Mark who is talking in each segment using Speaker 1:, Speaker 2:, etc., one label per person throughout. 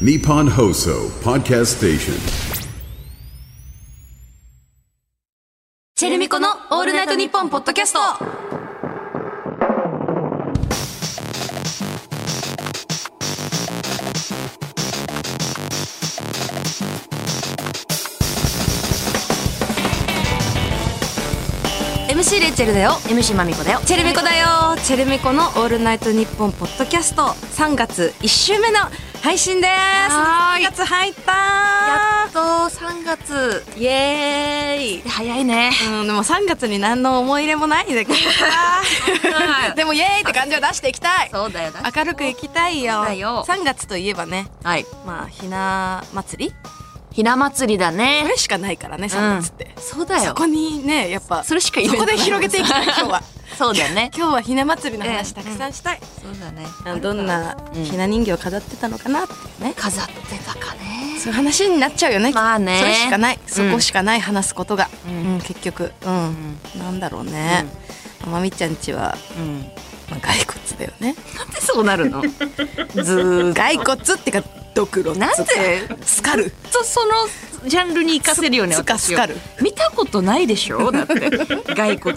Speaker 1: Nippon Hoso Podcast Station.
Speaker 2: チェルミコのオールナイトニッポンポッドキャストMC レイチェルだよ
Speaker 3: MC まみこだよ
Speaker 2: チェルミコだよチェルミコのオールナイトニッポンポッドキャスト3月1週目の配信です
Speaker 3: はーい
Speaker 2: 3月入った
Speaker 3: やっと3月
Speaker 2: イエーイ
Speaker 3: 早いね
Speaker 2: うん、でも3月に何の思い入れもないね、今年は でもイエーイって感じを出していきたい
Speaker 3: そうだよだ
Speaker 2: 明るくいきたいよ
Speaker 3: そうだよ
Speaker 2: 3月といえばね、
Speaker 3: はい
Speaker 2: まあ、ひな祭り
Speaker 3: ひな祭りだ
Speaker 2: こ
Speaker 3: ね
Speaker 2: れしかないからね、3月って。
Speaker 3: そうだ
Speaker 2: そ
Speaker 3: よ
Speaker 2: こにね、やっぱ、
Speaker 3: それしかイベン
Speaker 2: そ
Speaker 3: ト
Speaker 2: こ
Speaker 3: な
Speaker 2: で
Speaker 3: い
Speaker 2: 広げていきたい、今日は。
Speaker 3: そうだね
Speaker 2: 今日はひな祭りの話たくさんしたい。
Speaker 3: そうだね
Speaker 2: あのどんな
Speaker 3: うん
Speaker 2: ひな人形を飾ってたのかなっていうね。
Speaker 3: 飾ってたかね
Speaker 2: そういう話になっちゃうよね。
Speaker 3: まあね
Speaker 2: それしかない。
Speaker 3: うん
Speaker 2: そこしかない、話すことが。うんん、結局。うん。なんだろうね。まみちゃんちは、
Speaker 3: うんな
Speaker 2: まあ、骸骨だよね。
Speaker 3: んでそうなる のずーっ
Speaker 2: 骸骨ってかドクロっつ
Speaker 3: なんで
Speaker 2: スカル
Speaker 3: とそのジャンルに活かせるよね
Speaker 2: スカ
Speaker 3: 私
Speaker 2: ス
Speaker 3: を
Speaker 2: カル
Speaker 3: 見たことないでし ょだって骸骨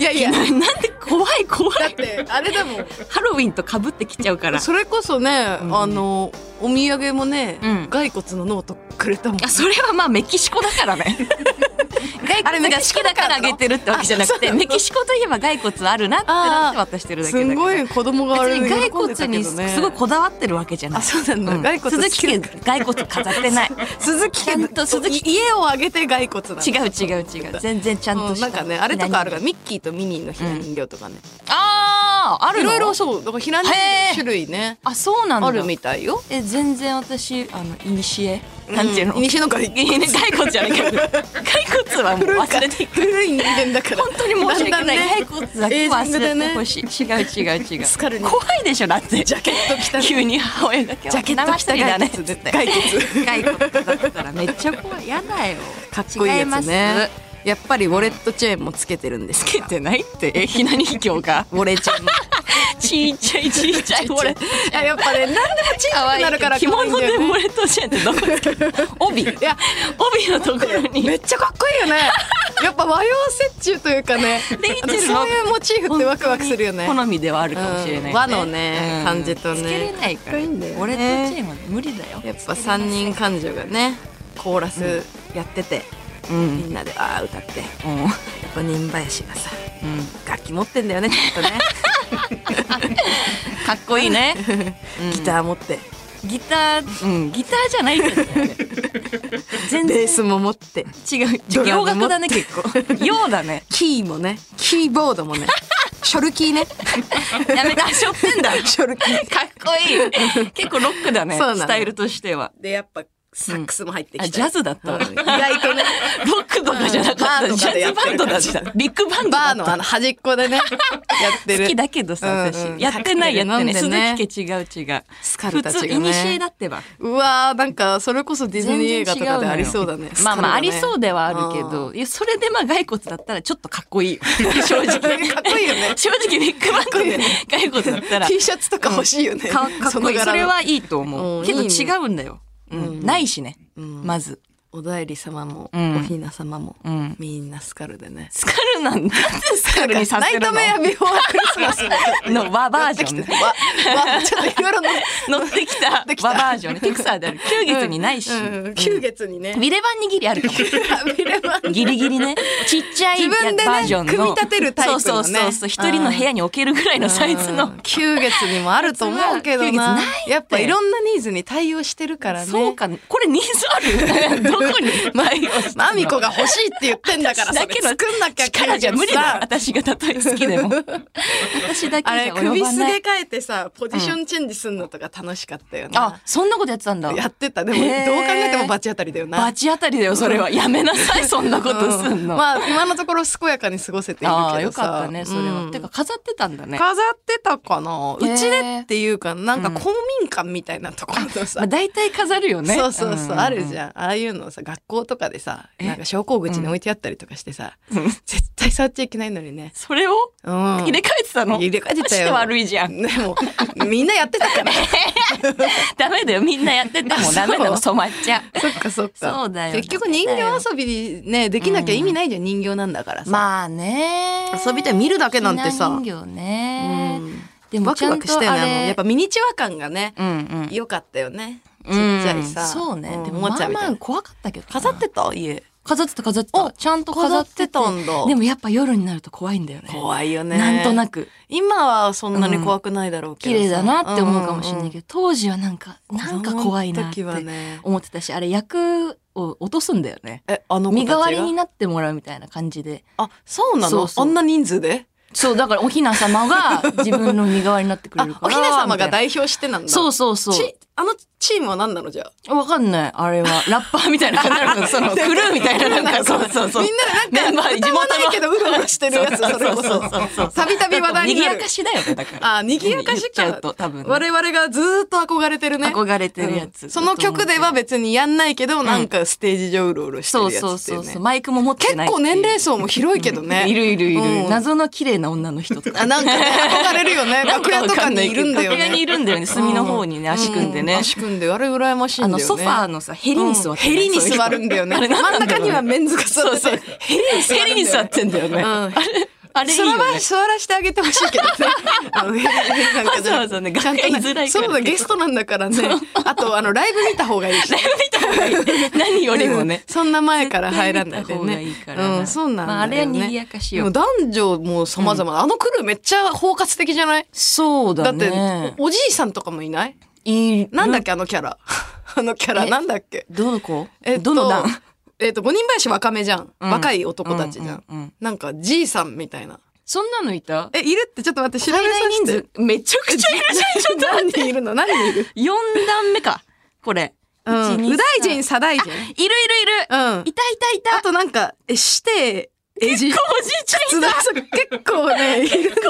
Speaker 2: いやいやだ
Speaker 3: のなんで怖い怖い
Speaker 2: ってあれだもん
Speaker 3: ハロウィンとかぶってきちゃうから
Speaker 2: それこそね、
Speaker 3: うん
Speaker 2: あのお土産もね、
Speaker 3: うん
Speaker 2: 骸骨のノートくれたもん
Speaker 3: あそれはまあメキシコだからね骸
Speaker 2: あれ
Speaker 3: 骨
Speaker 2: メ
Speaker 3: が
Speaker 2: キ
Speaker 3: 好
Speaker 2: シ
Speaker 3: き
Speaker 2: コだ
Speaker 3: だ
Speaker 2: か
Speaker 3: かららあげてるってわけじゃな
Speaker 2: あ
Speaker 3: く
Speaker 2: そう
Speaker 3: て
Speaker 2: なの
Speaker 3: メキシコといえば骸骨あるなってなって渡してるだけだ
Speaker 2: す
Speaker 3: から
Speaker 2: んごい子供があれ
Speaker 3: 別に骸
Speaker 2: 喜
Speaker 3: 骨
Speaker 2: んで
Speaker 3: に
Speaker 2: たけどね
Speaker 3: すごいこだわってるわけじゃない
Speaker 2: あそうなんだ、
Speaker 3: ん
Speaker 2: 骸骨
Speaker 3: 鈴木家骸骨飾っ てない
Speaker 2: 鈴木家
Speaker 3: ちゃんと鈴木
Speaker 2: 家をあげて骸骨なの
Speaker 3: 違う違う違う全然ちゃんと
Speaker 2: うん
Speaker 3: した
Speaker 2: なんかねあれとかあるから
Speaker 3: 何
Speaker 2: ミッキーとミニーのひな人形とかね、
Speaker 3: あーある
Speaker 2: い
Speaker 3: の
Speaker 2: ろいろそうだからひな人形の
Speaker 3: へー
Speaker 2: 種類ね
Speaker 3: あそうなんだ
Speaker 2: あるみたいよ
Speaker 3: え全然私あのいにしえなんていうの、
Speaker 2: うん西の骸
Speaker 3: いやいや骸骨じゃない骸骨骸骨はもう忘れ ていく
Speaker 2: 古い人間だから
Speaker 3: 本当に申し訳ない。
Speaker 2: だんだんね
Speaker 3: 骸骨だけ忘れてほしい。違う違う違う。
Speaker 2: スカルに
Speaker 3: 怖いでしょだって。ジャケット着た。急に母親が今日
Speaker 2: ジャケット着た
Speaker 3: 生だね。
Speaker 2: 骸骨
Speaker 3: つって
Speaker 2: 骸骨
Speaker 3: 骸骨だったらめっちゃ怖い。やだよ。
Speaker 2: かっこいい
Speaker 3: 違ま
Speaker 2: やつ
Speaker 3: す
Speaker 2: ね。やっぱりウォレットチェーンもつけてるんです
Speaker 3: つけてないってえひな人形が。
Speaker 2: ウォレチェーンも
Speaker 3: ちっちゃいちっ ちゃい。これ。
Speaker 2: いややっぱね何でもちっちゃくなるから
Speaker 3: 着
Speaker 2: 可愛いん
Speaker 3: 物
Speaker 2: だ
Speaker 3: で
Speaker 2: よね
Speaker 3: モレットチェーンってどこつける帯。い
Speaker 2: や
Speaker 3: 帯のところに。
Speaker 2: めっちゃかっこいいよね やっぱ和洋折衷というかね
Speaker 3: レイチェルの
Speaker 2: そういうモチーフってワクワクするよね
Speaker 3: 好みではあるかもしれない、
Speaker 2: うん和のね
Speaker 3: うん
Speaker 2: 感じとね
Speaker 3: つけれないか
Speaker 2: かっこ
Speaker 3: ら
Speaker 2: いいんだよね
Speaker 3: 俺とチームは無理だよ
Speaker 2: やっぱ三人感情がねコーラスやってて、
Speaker 3: うん、うん
Speaker 2: みんなでああ歌ってやっ
Speaker 3: うん
Speaker 2: ぱ人林がさ楽器持ってんだよねちょっと ね
Speaker 3: かっこいいね
Speaker 2: ギター持って
Speaker 3: ギター、うん、ギターじゃないけ どね全
Speaker 2: ベー
Speaker 3: 然
Speaker 2: スも持って
Speaker 3: 違う
Speaker 2: ドラ
Speaker 3: 洋
Speaker 2: ム
Speaker 3: 楽だね結構 洋だね
Speaker 2: キーもねキーボードも ねショルキーね
Speaker 3: やめたし ょってんだ
Speaker 2: ショルキー
Speaker 3: かっこいい結構ロックだね
Speaker 2: そうなの
Speaker 3: スタイルとしては
Speaker 2: でやっぱサックスも入って
Speaker 3: あ
Speaker 2: き
Speaker 3: ジ
Speaker 2: た、
Speaker 3: ャズだったわ、
Speaker 2: うん意外とね
Speaker 3: ロックとかじゃなかった、
Speaker 2: うんバーと
Speaker 3: ジ
Speaker 2: かでや
Speaker 3: ャ
Speaker 2: っ
Speaker 3: ズ
Speaker 2: て
Speaker 3: バン
Speaker 2: る
Speaker 3: ド
Speaker 2: 感
Speaker 3: だっ
Speaker 2: じ
Speaker 3: たビッグバンドだ
Speaker 2: バー
Speaker 3: った
Speaker 2: のあの端っこ でねやってる
Speaker 3: 好きだけどさ私、
Speaker 2: うんうん
Speaker 3: やってないやってね
Speaker 2: カクテル飲んでね
Speaker 3: 鈴木家違う違う
Speaker 2: スカルたちがね
Speaker 3: 普通イニシエだってば
Speaker 2: うわーなんかそれこそディズ
Speaker 3: 全
Speaker 2: ニー
Speaker 3: 然違
Speaker 2: 映
Speaker 3: うの
Speaker 2: 画
Speaker 3: よ
Speaker 2: とかでありそうだね
Speaker 3: まあまあありそうで
Speaker 2: は
Speaker 3: はあるけど、いやそれでまあ骸骨だったらちょっとかっ こいいよ正直
Speaker 2: かっこいいよね
Speaker 3: 正直ビッグバンドで骸骨だったら
Speaker 2: T シャツとか欲しいよね、
Speaker 3: か かっこいい
Speaker 2: の柄の
Speaker 3: それはいいと
Speaker 2: う
Speaker 3: 思
Speaker 2: ん
Speaker 3: うけど
Speaker 2: いいね
Speaker 3: 違うんだよ、うんないしね、まず
Speaker 2: おだいり様も、
Speaker 3: ん
Speaker 2: おひな様も、
Speaker 3: ん
Speaker 2: みんなスカルでね
Speaker 3: スカルなんだなんでスカルにさ
Speaker 2: ナ
Speaker 3: せ
Speaker 2: イ
Speaker 3: る
Speaker 2: トメアビフォークリスマスみたい
Speaker 3: のの和バー
Speaker 2: な
Speaker 3: ジ
Speaker 2: やって
Speaker 3: ョン
Speaker 2: き
Speaker 3: ね
Speaker 2: てわわちょっといろいろね
Speaker 3: 乗ってきた
Speaker 2: てきた
Speaker 3: 和バージョンねピクサーであ る9月にないし、
Speaker 2: うん、9月にね、
Speaker 3: ビレバンにギリあるかも
Speaker 2: 見れば
Speaker 3: ギリギリね。ちっちゃい
Speaker 2: 自分でね
Speaker 3: バージョンの。
Speaker 2: 組み立てるタイプのね
Speaker 3: そうそうそうそう。一人の部屋に置けるぐらいのサイズの。
Speaker 2: 9月にもあると思うけど
Speaker 3: 九月
Speaker 2: な
Speaker 3: ないって
Speaker 2: やっぱいろんなニーズに対応してるからね
Speaker 3: そうか、これニーズあるど こに対応してんの
Speaker 2: マミコが欲しいって言ってんだからそれ作んなきゃ
Speaker 3: 力じゃ無理だよ。
Speaker 2: 9月さ
Speaker 3: 私がたとえ好き でも。私だけ
Speaker 2: あ
Speaker 3: じ
Speaker 2: れ
Speaker 3: ゃ及
Speaker 2: 首
Speaker 3: ば
Speaker 2: す
Speaker 3: な
Speaker 2: げ
Speaker 3: い。
Speaker 2: 替えてさポジションチェンジすんのとか楽しかったよ
Speaker 3: あ
Speaker 2: な、、
Speaker 3: そんなことやってたんだ。
Speaker 2: やってたでもどう
Speaker 3: へー
Speaker 2: 考えてもバチ当たりだよな
Speaker 3: バチ当たりだよ、それは。やめなさい、そんなことすんの。
Speaker 2: うんまあ今のところ健やかに過ごせているけどさ
Speaker 3: ああ、よかったね、それは。
Speaker 2: うん
Speaker 3: てか、飾ってたんだね。
Speaker 2: 飾ってたかな、
Speaker 3: へー
Speaker 2: うちでっていうかなんか公民館みたいなところのさ、
Speaker 3: まあ、大体飾るよね。
Speaker 2: そうそうそう、あるじ
Speaker 3: ゃ
Speaker 2: ゃ
Speaker 3: ん。
Speaker 2: んああいうのさ学校とかでさなんか昇降口に置いてあったりとかしてさ、絶対触っちゃいけないのにね、
Speaker 3: それを
Speaker 2: うん、
Speaker 3: 入れ替えてたの
Speaker 2: 入れ替えてたよ
Speaker 3: マジで悪いじゃん。
Speaker 2: でもみんなやってたから
Speaker 3: ダメいだよ。みんなやってて
Speaker 2: あそ
Speaker 3: も
Speaker 2: う
Speaker 3: ダメだよ、染まっちゃ
Speaker 2: そっかそっか。
Speaker 3: そうだよ
Speaker 2: 結局人形遊びね、できなきゃ意味ないじゃん、人形なんだから
Speaker 3: う。
Speaker 2: さ。
Speaker 3: まあね。
Speaker 2: 遊びたい見るだけなんてさ
Speaker 3: 好きな人形ね。
Speaker 2: うん
Speaker 3: でも
Speaker 2: ワ
Speaker 3: ち
Speaker 2: ク
Speaker 3: ゃ
Speaker 2: ワ
Speaker 3: ん
Speaker 2: ク
Speaker 3: と
Speaker 2: したよね。
Speaker 3: あ
Speaker 2: あの、
Speaker 3: れ
Speaker 2: やっぱミニチュア感がね、
Speaker 3: うんうん。
Speaker 2: 良かったよね。ちっ
Speaker 3: う
Speaker 2: ち
Speaker 3: ん
Speaker 2: ゃいさ。
Speaker 3: そうね。で
Speaker 2: でも、
Speaker 3: も、ま
Speaker 2: おもち
Speaker 3: あ
Speaker 2: ゃみた
Speaker 3: ま
Speaker 2: い
Speaker 3: あ
Speaker 2: な。
Speaker 3: 怖かったけどな。
Speaker 2: 飾ってた家。
Speaker 3: 飾ってた、飾ってた。ちゃんと飾ってて
Speaker 2: 飾ってたんだ
Speaker 3: でもやっぱ夜になると怖いんだよね。
Speaker 2: 怖いよね。
Speaker 3: なんとなく。
Speaker 2: 今はそんなに怖くないだろうけ
Speaker 3: 綺
Speaker 2: どさ。
Speaker 3: 麗だなって思うかもしれない
Speaker 2: ど。
Speaker 3: けど、当時はなんか、なんか怖いなっ
Speaker 2: 子
Speaker 3: て
Speaker 2: 供の時はね。
Speaker 3: 思ってたし、あれ役を落とすんだよね。
Speaker 2: え、あの子た
Speaker 3: 身
Speaker 2: ちが
Speaker 3: 代わりになってもらうみたいな感じで。
Speaker 2: あ、そうなの
Speaker 3: そうそう
Speaker 2: あんな人数で
Speaker 3: そう、だからお雛 様が自分の身代わりになってく
Speaker 2: あ
Speaker 3: れる、か
Speaker 2: お
Speaker 3: ら。
Speaker 2: ひな様が
Speaker 3: みたい
Speaker 2: 代表してなん
Speaker 3: な
Speaker 2: だ。
Speaker 3: そうそうそう。
Speaker 2: ちあのチームは何なのじゃあ。
Speaker 3: わかんない。あ れは。ラッパーみたいな感じなの。その、クルーみたいな。なんか、そうそうそう。
Speaker 2: みんななんか、
Speaker 3: メンバー地
Speaker 2: 歌
Speaker 3: 元の
Speaker 2: もないけど、うろうろしてるやつ、それこ
Speaker 3: そうそうそうそ
Speaker 2: そ。たびたび話題に
Speaker 3: 賑
Speaker 2: な
Speaker 3: や
Speaker 2: る
Speaker 3: か。しだよね、だから。
Speaker 2: あ、賑やかし
Speaker 3: 言っちゃ
Speaker 2: か
Speaker 3: うと多分ね
Speaker 2: 我々がずーっと憧れてるね。
Speaker 3: 憧れてるやつ
Speaker 2: うんその曲では別にやんないけど、なんかステージ上うろうろしてる
Speaker 3: そ
Speaker 2: や
Speaker 3: う
Speaker 2: つっていうね。
Speaker 3: そうそうそう。マイクも持って
Speaker 2: 結
Speaker 3: ないって
Speaker 2: 構
Speaker 3: いう。
Speaker 2: 年齢層も広いけどね。
Speaker 3: いるいるいる。
Speaker 2: うん
Speaker 3: 謎の綺麗な女の人とか。
Speaker 2: あ、なんかね、憧れるよ ね。楽屋とかにいるんだよね。
Speaker 3: 楽屋にいるんだよね。隅の方にね、足組んで
Speaker 2: う
Speaker 3: ね。
Speaker 2: 足組んで、あれ羨ましいんだ
Speaker 3: あ
Speaker 2: よ
Speaker 3: の、
Speaker 2: ね。
Speaker 3: ソファーのさ、ヘリに座って
Speaker 2: ヘリに座るんだよね。真ん中にはメンズが座
Speaker 3: そう
Speaker 2: っ
Speaker 3: そう
Speaker 2: てて。
Speaker 3: ヘリに座ってんだよね。ヘリに座ってんだよね。
Speaker 2: うん
Speaker 3: あれ、あれいい
Speaker 2: 座
Speaker 3: よ
Speaker 2: ら
Speaker 3: ね。
Speaker 2: 座らしてあげてほしいけど ね。うんなんかじゃ
Speaker 3: わざわざね
Speaker 2: ちゃんとね
Speaker 3: 楽屋居づらいから
Speaker 2: そうだ、 ゲストなんだからね。あと、あの、ライブ見た方がいいし。
Speaker 3: 何よりもね
Speaker 2: うん。そんな前から入らないで
Speaker 3: 絶対見た方がいい
Speaker 2: ね
Speaker 3: から。な
Speaker 2: うん、そうなんだよ、ね。
Speaker 3: まああれは賑やかしよ
Speaker 2: でも男女も様々、あのクルーめっちゃ包括的じゃない
Speaker 3: そう
Speaker 2: だ
Speaker 3: だ
Speaker 2: って
Speaker 3: ね。、
Speaker 2: おおじいさんとかもいない
Speaker 3: いい
Speaker 2: なんだっけ、あのキャラ。 あのキャラ、
Speaker 3: え
Speaker 2: なんだっけ。
Speaker 3: どの子
Speaker 2: えっと
Speaker 3: どの段
Speaker 2: えっと、五人林若めじゃん。
Speaker 3: うん
Speaker 2: 若い男たちじゃん。
Speaker 3: うんうんうん
Speaker 2: なんか、じいさんみたいな。
Speaker 3: そんなのいた
Speaker 2: え、いるってちょっと待って、調べ
Speaker 3: 最
Speaker 2: さ
Speaker 3: 大人
Speaker 2: せて
Speaker 3: 数。めちゃくちゃいるじゃん。ちょっと
Speaker 2: 何人いるの何人いる
Speaker 3: 4段目か。これ。
Speaker 2: うん。右大臣、左大臣。
Speaker 3: いるいるいる。
Speaker 2: うん。
Speaker 3: いたいたいた。
Speaker 2: あとなんか、え、して、えじ。
Speaker 3: おじいちゃんい
Speaker 2: 津田さん結構 ね、いるんだ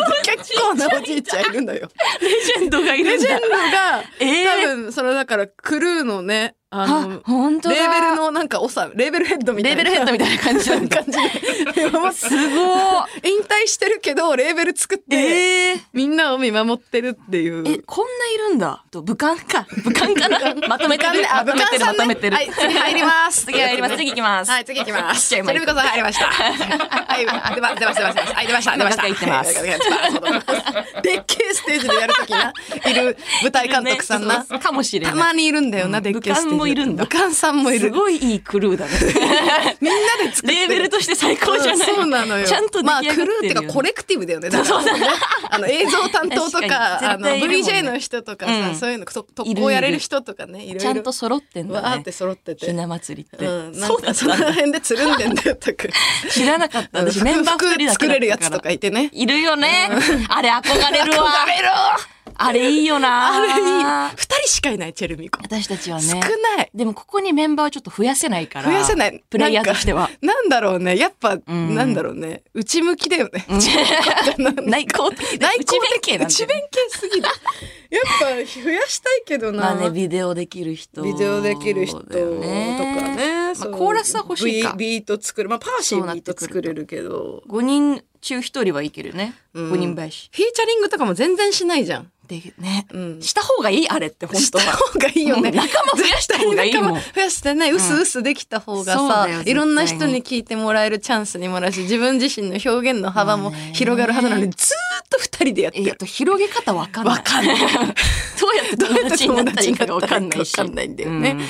Speaker 2: 結構なおじいちゃんいるんだよ。
Speaker 3: た。レジェンドがいる
Speaker 2: レ
Speaker 3: ん
Speaker 2: ジェ
Speaker 3: だ
Speaker 2: ン。ドが、
Speaker 3: えー
Speaker 2: 多分、それだから、クルーのね、あ
Speaker 3: あ
Speaker 2: の、、
Speaker 3: 本当だ。
Speaker 2: レーベルのなんか、おさ、レーベルヘッドみたい
Speaker 3: レー
Speaker 2: な。
Speaker 3: ベルヘッド みたいな感じなんだ。
Speaker 2: 感じで。今も
Speaker 3: すご
Speaker 2: 引退してるけど、レーベル作っ
Speaker 3: い。
Speaker 2: て、
Speaker 3: えー。
Speaker 2: みんなを見守ってるっていう。
Speaker 3: え、こんないるんだ。と、武漢か。 武漢かな。まとめてる。ま
Speaker 2: あ、
Speaker 3: と
Speaker 2: 武
Speaker 3: め
Speaker 2: 漢
Speaker 3: てる。
Speaker 2: さ
Speaker 3: ま
Speaker 2: ん
Speaker 3: と
Speaker 2: ね
Speaker 3: めてる。
Speaker 2: はい、次入ります。
Speaker 3: 次入り ます。次行きます。
Speaker 2: はい、次行きます。
Speaker 3: じ
Speaker 2: チ
Speaker 3: ゃ
Speaker 2: ェ
Speaker 3: あ今
Speaker 2: ルミコさん入りました。はい、あ出ま出ま出ま出まはい出ました、出ました。
Speaker 3: 今中行って
Speaker 2: はいでっけえステージでやるときな、いる舞台監督さんな。
Speaker 3: そうそうかもしれ
Speaker 2: た
Speaker 3: ない。
Speaker 2: まにいるんだよな、
Speaker 3: うん
Speaker 2: でっけえステージ。
Speaker 3: 武漢もいるんだ
Speaker 2: 武漢さんもい
Speaker 3: す
Speaker 2: る。
Speaker 3: ごいいいクルー だね。
Speaker 2: みんなで作って
Speaker 3: レ
Speaker 2: る。
Speaker 3: ーベルとして最高じゃない。
Speaker 2: うんそうなのよ。
Speaker 3: ちゃんと出来
Speaker 2: まあ、
Speaker 3: 上がって
Speaker 2: ク
Speaker 3: る
Speaker 2: ル
Speaker 3: よ
Speaker 2: ーっ
Speaker 3: ね
Speaker 2: てか、コレクティブ だよね。だからね、あの、映像担当とか、
Speaker 3: 確か
Speaker 2: あの、
Speaker 3: に絶対いるもんね
Speaker 2: VJ の人とかさ、
Speaker 3: うん
Speaker 2: そういうの、と特
Speaker 3: いるいる
Speaker 2: 攻やれる人とかね、いろいろ。
Speaker 3: ちゃんと揃ってん
Speaker 2: わ
Speaker 3: だ
Speaker 2: ー
Speaker 3: ね
Speaker 2: って。揃ってて。
Speaker 3: ひな祭りって。
Speaker 2: うん、な
Speaker 3: そ
Speaker 2: ん
Speaker 3: うだ
Speaker 2: か
Speaker 3: っ
Speaker 2: その
Speaker 3: たんだ。
Speaker 2: 辺でつるんでんだよ、たく。
Speaker 3: 知らなかった。 私メンバー2人だけだったから
Speaker 2: 作れるやつとかいてね。
Speaker 3: いるよね。あれ憧れるわ。
Speaker 2: 憧れるわ
Speaker 3: あれいいよな。
Speaker 2: あれいい。二人しかいない、チェルミコ。
Speaker 3: 私たちはね。
Speaker 2: 少ない。
Speaker 3: でもここにメンバーをちょっと増やせないから。
Speaker 2: 増やせない。
Speaker 3: プレイヤーとしては。
Speaker 2: なんかなんだろうね。やっぱ、
Speaker 3: ん
Speaker 2: なんだろうね。内向きだよね。なんか
Speaker 3: 内向的で
Speaker 2: 内向
Speaker 3: 内弁
Speaker 2: 的
Speaker 3: 慶なん
Speaker 2: 内
Speaker 3: で
Speaker 2: 弁慶すぎる。やっぱ増やしたいけどな。
Speaker 3: まあね、ビデオできる人。
Speaker 2: ビデオできる人とか
Speaker 3: だよ
Speaker 2: ね。
Speaker 3: まあ
Speaker 2: そう
Speaker 3: コーラスは欲しいか
Speaker 2: ビビート作る。まあ、パーシ
Speaker 3: そう
Speaker 2: ー
Speaker 3: なっ
Speaker 2: ビー
Speaker 3: て
Speaker 2: ト
Speaker 3: くると
Speaker 2: 作れるけど。
Speaker 3: 5人中1人はいけるね。
Speaker 2: うん
Speaker 3: 5人林。
Speaker 2: フィーチャリングとかも全然しないじゃん。
Speaker 3: で、ね。
Speaker 2: うん
Speaker 3: した方がいいあれって、本
Speaker 2: し
Speaker 3: 当
Speaker 2: た
Speaker 3: は。
Speaker 2: 方がいいよね。
Speaker 3: うん仲間増やした方がいいも
Speaker 2: 絶対仲
Speaker 3: ん
Speaker 2: 間増やしてね、うすうすできた方が
Speaker 3: そう
Speaker 2: さ
Speaker 3: だよ、絶対に
Speaker 2: いろんな人に聞いてもらえるチャンスにもなるし、自分自身の表現の幅も
Speaker 3: まあね
Speaker 2: 広がるはずなのに、ずーっと二人でやって
Speaker 3: えっ
Speaker 2: る。
Speaker 3: と、広げ方わかんない。
Speaker 2: わかんない
Speaker 3: どうやって友達になったらいいかがわかんないし。
Speaker 2: どうやって友達になったらいいかわかんないんだよね
Speaker 3: う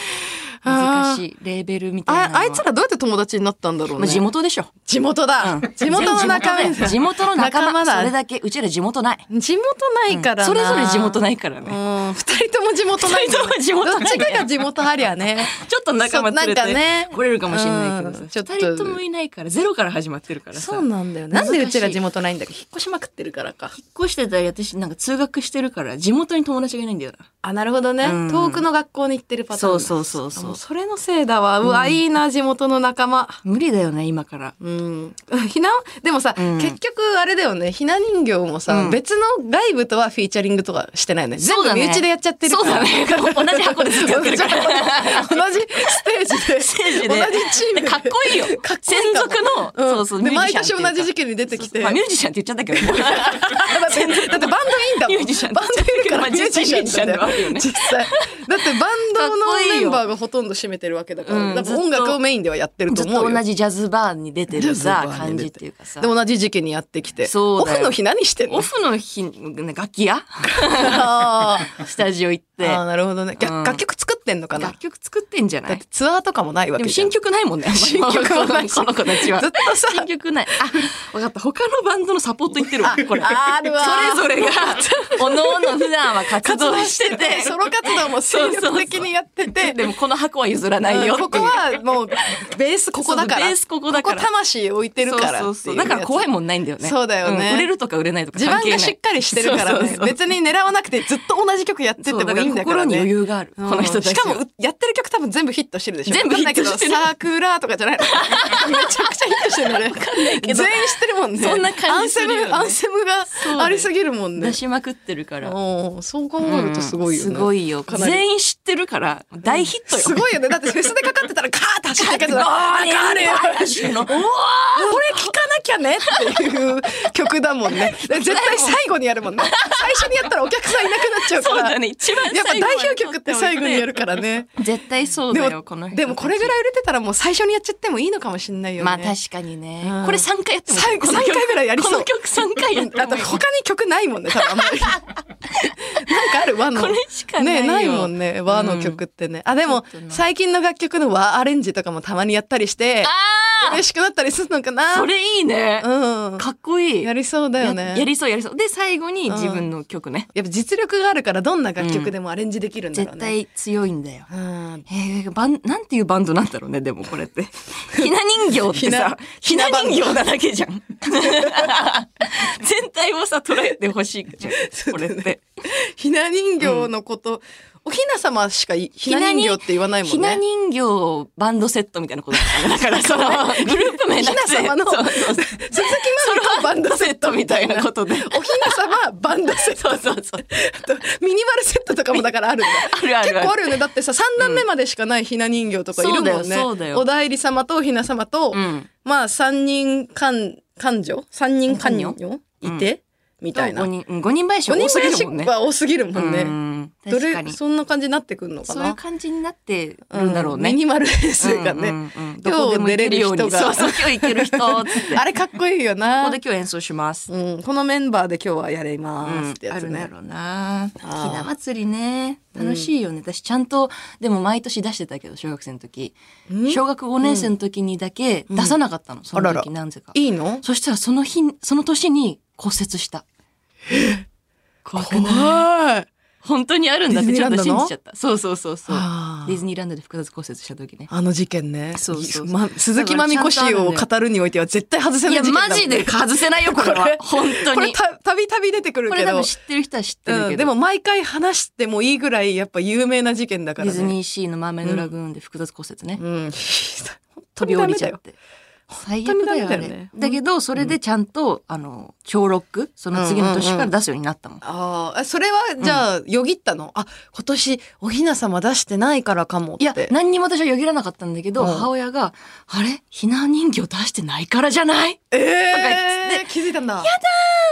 Speaker 2: あー
Speaker 3: 難しい。レーベルみたいな
Speaker 2: あ
Speaker 3: のは。
Speaker 2: あいつらどうやって友達になったんだろう
Speaker 3: まあ
Speaker 2: ね。
Speaker 3: 地元でしょ。
Speaker 2: 地元だ。地元の仲間
Speaker 3: 地元の仲間。それ
Speaker 2: だ。
Speaker 3: だけ、うちら地元ない。
Speaker 2: 地元ないからな。
Speaker 3: それぞれ地元
Speaker 2: い。
Speaker 3: ないからね。
Speaker 2: うん、二人とも地元ないんだよね。
Speaker 3: 二人とも地元ない
Speaker 2: どっちかが地元ありゃね。
Speaker 3: ちょっと仲間連れ
Speaker 2: そうなんかね
Speaker 3: て来れるかもしれないけどさ
Speaker 2: う。んちょ
Speaker 3: 二
Speaker 2: っと
Speaker 3: 人ともいないから、ゼロから始まってるから さ。
Speaker 2: そうなんだよね。なんでうちら地元ないんだっけ引っ越しまくってるからか。
Speaker 3: 引っ越してたら私なんか通学してるから地元に友達がいないんだよな。
Speaker 2: あ、なるほどね。
Speaker 3: うん
Speaker 2: 遠くの学校に行ってるパターンだ。
Speaker 3: そうそうそうそう
Speaker 2: そうそれのせいだわうわ、いいな地元の仲間
Speaker 3: 無理だよね今から
Speaker 2: うん、ひなでもさ、
Speaker 3: うん
Speaker 2: 結局あれだよねひな人形もさ、
Speaker 3: うん
Speaker 2: 別の外部とはフィーチャリングとかしてないね全
Speaker 3: そう
Speaker 2: 部
Speaker 3: だね
Speaker 2: 身内でやっちゃってるから
Speaker 3: そうだね同じ箱でずっとやってるから
Speaker 2: 同じステージで
Speaker 3: ステージで
Speaker 2: 同じチームで
Speaker 3: かっこいいよ
Speaker 2: かっこいいかも
Speaker 3: 専属のそうそう
Speaker 2: で
Speaker 3: ミュージ
Speaker 2: 毎
Speaker 3: シャンっ
Speaker 2: 年
Speaker 3: ていうか
Speaker 2: 同じ事件に出てきて
Speaker 3: まあミュージシャンって言っちゃったけど
Speaker 2: だってだってバンドいいんだもん
Speaker 3: ミュージシャン
Speaker 2: バンドいるから
Speaker 3: まあ
Speaker 2: ミュージシャンだ
Speaker 3: ミュージシャンでは
Speaker 2: よ
Speaker 3: あるよね
Speaker 2: 実際だってバンド
Speaker 3: かっこいい
Speaker 2: の
Speaker 3: よ
Speaker 2: メンバーがほとんど占めてるわけだから
Speaker 3: うん
Speaker 2: だから音楽をメインではやってると
Speaker 3: ずっ
Speaker 2: 思うよ
Speaker 3: と同じジャズバーに出て
Speaker 2: ジャ
Speaker 3: るさ
Speaker 2: ズバー
Speaker 3: 感
Speaker 2: に出
Speaker 3: じってていうかさ
Speaker 2: で同じ時期にやってきて
Speaker 3: そう
Speaker 2: オ
Speaker 3: だよ
Speaker 2: フの日何してんの
Speaker 3: オフの日楽器屋
Speaker 2: あー
Speaker 3: スタジオ行って
Speaker 2: あーなるほどね、
Speaker 3: うん
Speaker 2: 楽楽曲作ってんのかな
Speaker 3: 楽曲作ってんじゃな
Speaker 2: だっ
Speaker 3: い
Speaker 2: てツアーとかもないわ
Speaker 3: で
Speaker 2: け
Speaker 3: も
Speaker 2: じゃん
Speaker 3: 新曲ないもんね。
Speaker 2: 新曲もないし
Speaker 3: この子たちは。
Speaker 2: ずっとさ
Speaker 3: 新曲ない。あ、わかった。他のバンドのサポート行ってるわ。これ。
Speaker 2: あるわ
Speaker 3: それぞれが、おのおの普段は活動してて。
Speaker 2: ソロ活動も精力的にやってて
Speaker 3: でもこの箱は譲らないよってい
Speaker 2: こ
Speaker 3: う。
Speaker 2: こはもうベースここだか
Speaker 3: そう
Speaker 2: ら
Speaker 3: ベースここだから
Speaker 2: こ魂置いてるからってい
Speaker 3: そう
Speaker 2: う
Speaker 3: そうそうだから怖いもんないんだよね。
Speaker 2: そうだよね
Speaker 3: ん売れるとか売れないとか
Speaker 2: 自
Speaker 3: 関
Speaker 2: 分
Speaker 3: 係ない。
Speaker 2: がしっかりしてるからね
Speaker 3: そうそうそう
Speaker 2: 別に狙わなくてずっと同じ曲やってて
Speaker 3: そ
Speaker 2: も
Speaker 3: うだ
Speaker 2: いいんだから
Speaker 3: 心に
Speaker 2: ね
Speaker 3: 余裕がある。こ
Speaker 2: うん
Speaker 3: の人たちは。
Speaker 2: しかもうやってる曲多分全部ヒットしてるでしょ
Speaker 3: 全部ヒットしてる
Speaker 2: わかんないけどサークラーとかじゃないの めちゃくちゃヒットしてるのね全
Speaker 3: けど
Speaker 2: 員知ってるもんね
Speaker 3: そんな感じするよね
Speaker 2: アンセムアンセ
Speaker 3: そう
Speaker 2: ム
Speaker 3: ね
Speaker 2: がありすぎるもんね
Speaker 3: 出しまくってるから。
Speaker 2: おーそう考えるとすごいよね、
Speaker 3: うんすごいよ。
Speaker 2: かなり
Speaker 3: 全員知ってるから、大ヒットよ。
Speaker 2: すごいよねだってフェスでかかってたらカーッて走ってかけたら
Speaker 3: あ
Speaker 2: あ
Speaker 3: ー
Speaker 2: かるよ
Speaker 3: 嵐の。うわ
Speaker 2: これ聴かなきゃねっていう曲だもんねで絶対最後にやるもんね最初にやったらお客さんいなくなっちゃうか
Speaker 3: そう
Speaker 2: ら
Speaker 3: だね。一番
Speaker 2: やっぱ
Speaker 3: 最後ま
Speaker 2: 代
Speaker 3: で
Speaker 2: 表曲って最後にやるからね
Speaker 3: 絶対そう
Speaker 2: で
Speaker 3: だよ、この
Speaker 2: も
Speaker 3: 人
Speaker 2: でもこれぐらい売れてたらもう最初にやっちゃってもいいのかもしれないよね
Speaker 3: まあ確かにね、
Speaker 2: うん
Speaker 3: これ3回やっても
Speaker 2: 最後
Speaker 3: この曲
Speaker 2: 三回ぐらいやりそう
Speaker 3: この曲3回やっても
Speaker 2: あと他に曲ないもんね多分あんま りなんかある和の
Speaker 3: これしかないよ
Speaker 2: ねないもんね和の曲ってね、あでも
Speaker 3: ちょっとな
Speaker 2: 最近の楽曲の和アレンジとかもたまにやったりして
Speaker 3: あ
Speaker 2: 嬉しくなったりするのかな
Speaker 3: あそれいいね、
Speaker 2: うん
Speaker 3: かっこいい
Speaker 2: やりそうだよね
Speaker 3: ややりそうやりそうで最後に自分の曲ね、
Speaker 2: やっぱ実力があるからどんな楽曲でもアレンジできるんだろう
Speaker 3: 絶
Speaker 2: ね、
Speaker 3: 対強いんだよ
Speaker 2: うん
Speaker 3: えー、バンなんていうバンドなんだろうねでもこれって ひな人形ってさひ
Speaker 2: ひ
Speaker 3: な
Speaker 2: なバンド
Speaker 3: 人形なだけじゃん 全体をさ捉えてほしい じゃんこれって
Speaker 2: ひな人形のこと、おひな様しかいひな人形って言わないもんね
Speaker 3: ひな人形バンドセットみたいなことだったね。だから そのグループ名なくて。
Speaker 2: ひな様の
Speaker 3: そうそうそう
Speaker 2: 鈴木まみ子バンドセットみたいな
Speaker 3: ソロバンドセットみたいなことで
Speaker 2: おひな様バンドセット
Speaker 3: そうそうそう。
Speaker 2: あとミニバルセットとかもだからあるんだ
Speaker 3: あるある
Speaker 2: 結構あるよねだってさ3段目までしかないひな人形とかいるもんね、
Speaker 3: そうだよそうだよ
Speaker 2: おだいり様とおひな様と、
Speaker 3: うん
Speaker 2: まあ3人勘勘女3人勘女いて、みたいな
Speaker 3: 5人、5人林
Speaker 2: 五
Speaker 3: は多
Speaker 2: 人
Speaker 3: すぎるもん
Speaker 2: 暮
Speaker 3: ね
Speaker 2: らし。は多すぎるもんね
Speaker 3: うん
Speaker 2: ど
Speaker 3: 確か
Speaker 2: れ
Speaker 3: に。
Speaker 2: そんな感じになってくるのか
Speaker 3: そういう
Speaker 2: な
Speaker 3: 感じになってるんだろうね。
Speaker 2: ミニマルですがね、
Speaker 3: うんうんうんどこ
Speaker 2: 今
Speaker 3: で
Speaker 2: 日
Speaker 3: も
Speaker 2: 出
Speaker 3: 行
Speaker 2: れる人
Speaker 3: けるように。
Speaker 2: が
Speaker 3: そうそう、今日行ける人、 つって。
Speaker 2: あれかっこいいよ
Speaker 3: こ
Speaker 2: な
Speaker 3: こで今日演奏します。
Speaker 2: うん、このメンバーで今日はやり
Speaker 3: う
Speaker 2: ます
Speaker 3: ん
Speaker 2: ってや
Speaker 3: あ
Speaker 2: つ
Speaker 3: るんだ
Speaker 2: ね、
Speaker 3: ろうな。ひ
Speaker 2: あー
Speaker 3: な祭りね。楽しいよね。私ちゃんと、でも毎年出してたけど、小学生の時。小学5年生の時にだけ出さなかったの。その
Speaker 2: あら
Speaker 3: 時、
Speaker 2: ら
Speaker 3: なぜか。
Speaker 2: いいの
Speaker 3: そしたらその日、その年に骨折した。怖くない
Speaker 2: 怖い
Speaker 3: 本当にあるんだって
Speaker 2: ディ
Speaker 3: ち
Speaker 2: ズ
Speaker 3: ょっ
Speaker 2: ニーラン
Speaker 3: と
Speaker 2: ドの
Speaker 3: 信じちゃった。そうそうそうそう。
Speaker 2: あー
Speaker 3: ディズニーランドで複雑骨折した時ね。
Speaker 2: あの事件ね
Speaker 3: そうそう
Speaker 2: ま鈴木まみこ氏を語るにおいては絶対外せ
Speaker 3: い
Speaker 2: ない
Speaker 3: や、
Speaker 2: 事件だもん
Speaker 3: マジで外せないよ、これは。本当
Speaker 2: これ
Speaker 3: に。こ
Speaker 2: たたびたび出てくる
Speaker 3: れ
Speaker 2: け
Speaker 3: 多
Speaker 2: ど
Speaker 3: 分知ってる人は知ってるけど。
Speaker 2: うん、でも毎回話してもいいぐらいやっぱ有名な事件だか
Speaker 3: デ
Speaker 2: ら
Speaker 3: ィ
Speaker 2: ね
Speaker 3: ズニーシーのマーメイドラグーンで複雑骨折ね。
Speaker 2: うん本当
Speaker 3: 飛
Speaker 2: に
Speaker 3: び降
Speaker 2: ダメ
Speaker 3: りち
Speaker 2: だ
Speaker 3: ゃっ
Speaker 2: よ
Speaker 3: て。最
Speaker 2: 当
Speaker 3: 悪
Speaker 2: にダ
Speaker 3: だ
Speaker 2: メ
Speaker 3: よ、あ
Speaker 2: だよね
Speaker 3: れ。だけど、それでちゃんと、あの、超ロック、その次の年から出すようになったもん。
Speaker 2: ああそれはじゃあよぎったの、あ今年おひな様出してないからかもって
Speaker 3: いや、何にも私はよぎらなかったんだけど、
Speaker 2: うん
Speaker 3: 母親が、あれひな人形出してないからじゃない
Speaker 2: え
Speaker 3: とか言って
Speaker 2: えー、気づいたんだ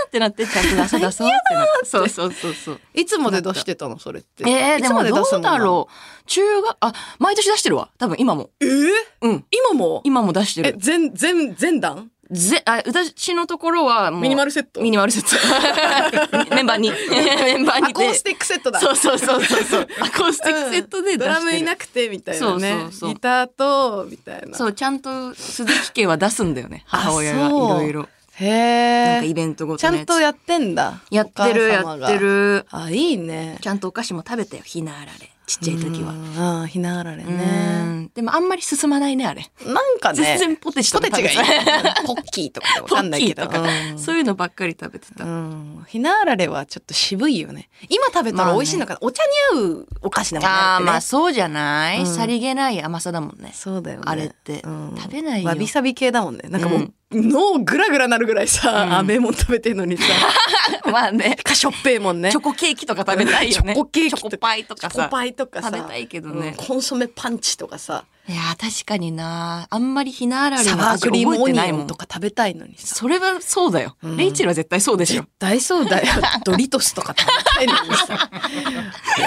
Speaker 3: ってなって、ちゃんと出そう出そう ってなって。そうそうそうそう。
Speaker 2: いつまで出してたのそれって
Speaker 3: ええ
Speaker 2: い
Speaker 3: で
Speaker 2: つ
Speaker 3: も
Speaker 2: ま
Speaker 3: ど
Speaker 2: 出すも
Speaker 3: うん
Speaker 2: な
Speaker 3: だ
Speaker 2: の
Speaker 3: ろう。中学、あ、毎年出してるわ。多分今も。
Speaker 2: えー、
Speaker 3: うん。
Speaker 2: 今も
Speaker 3: 今も出して
Speaker 2: え
Speaker 3: る。
Speaker 2: 全全全段
Speaker 3: ぜ、あ、私のところはもう、
Speaker 2: ミニマルセット
Speaker 3: ミニマル セット。メンバーに。 メンバー
Speaker 2: ア
Speaker 3: に
Speaker 2: コ
Speaker 3: て。
Speaker 2: ースティックセットだ
Speaker 3: そうそうそうそ うそう。アコースティックセットで出してる。
Speaker 2: ドラムいなくてみたいなね
Speaker 3: そうそうそう
Speaker 2: ギターとみたいな
Speaker 3: そう、ちゃんと鈴木家は出すんだよね。母親がい
Speaker 2: そう
Speaker 3: ろいろ。
Speaker 2: へ
Speaker 3: なんかイ
Speaker 2: え
Speaker 3: ベントご
Speaker 2: ち
Speaker 3: と
Speaker 2: ゃ
Speaker 3: の
Speaker 2: ん
Speaker 3: やつ
Speaker 2: とやってんだ
Speaker 3: やって
Speaker 2: お母
Speaker 3: る、や
Speaker 2: 様
Speaker 3: っ
Speaker 2: が
Speaker 3: てる。
Speaker 2: あいいね
Speaker 3: ちゃんとお菓子も食べたよ、ひなあられ。ちっちゃい時は。
Speaker 2: はああひなあられ
Speaker 3: う
Speaker 2: ね
Speaker 3: んでもあんまり進まないねあれ。
Speaker 2: なんかね
Speaker 3: 全然ポテチ
Speaker 2: ポ
Speaker 3: とか
Speaker 2: テチ
Speaker 3: 食
Speaker 2: が
Speaker 3: べ
Speaker 2: いい
Speaker 3: てた
Speaker 2: ポッキーとかでわ
Speaker 3: ポ
Speaker 2: かん
Speaker 3: ッ
Speaker 2: ない
Speaker 3: キ
Speaker 2: け
Speaker 3: ー
Speaker 2: ど
Speaker 3: とか、
Speaker 2: うん
Speaker 3: そういうのばっかり食べてた。
Speaker 2: うん、ひなあられはちょっと渋いよね今食べたら美味しいのかな、お茶に合うお菓子だもんね
Speaker 3: ああ
Speaker 2: れってね
Speaker 3: まあそうじゃない、
Speaker 2: うん
Speaker 3: さりげない甘さだもんね。
Speaker 2: そうだよね
Speaker 3: あれって
Speaker 2: うん
Speaker 3: 食べないよ
Speaker 2: わびさび系だもんねなんかもう、脳グラグラなるぐらいさ、
Speaker 3: うん
Speaker 2: あめもん食べてんの にさ
Speaker 3: まあ ね。
Speaker 2: かしょっぺえもんね
Speaker 3: チョコケーキとか食べたいよ ね。
Speaker 2: チョコケーキ
Speaker 3: チョコパイとか
Speaker 2: チョ
Speaker 3: さ
Speaker 2: コ。パイとかさ
Speaker 3: 食べたいけどね
Speaker 2: うんコンソメパンチとかさ
Speaker 3: いやー確かになあんまりひなあられ
Speaker 2: サ
Speaker 3: の
Speaker 2: ワー
Speaker 3: 味
Speaker 2: クリーム
Speaker 3: 覚え
Speaker 2: オ
Speaker 3: て
Speaker 2: ニ
Speaker 3: ない
Speaker 2: オ
Speaker 3: もん
Speaker 2: ンとか食べたいのにさ
Speaker 3: それはそうだよ、
Speaker 2: うん
Speaker 3: レイチェルは絶対そうでしょ
Speaker 2: 大そう だよドリトスとか食べたいのにさ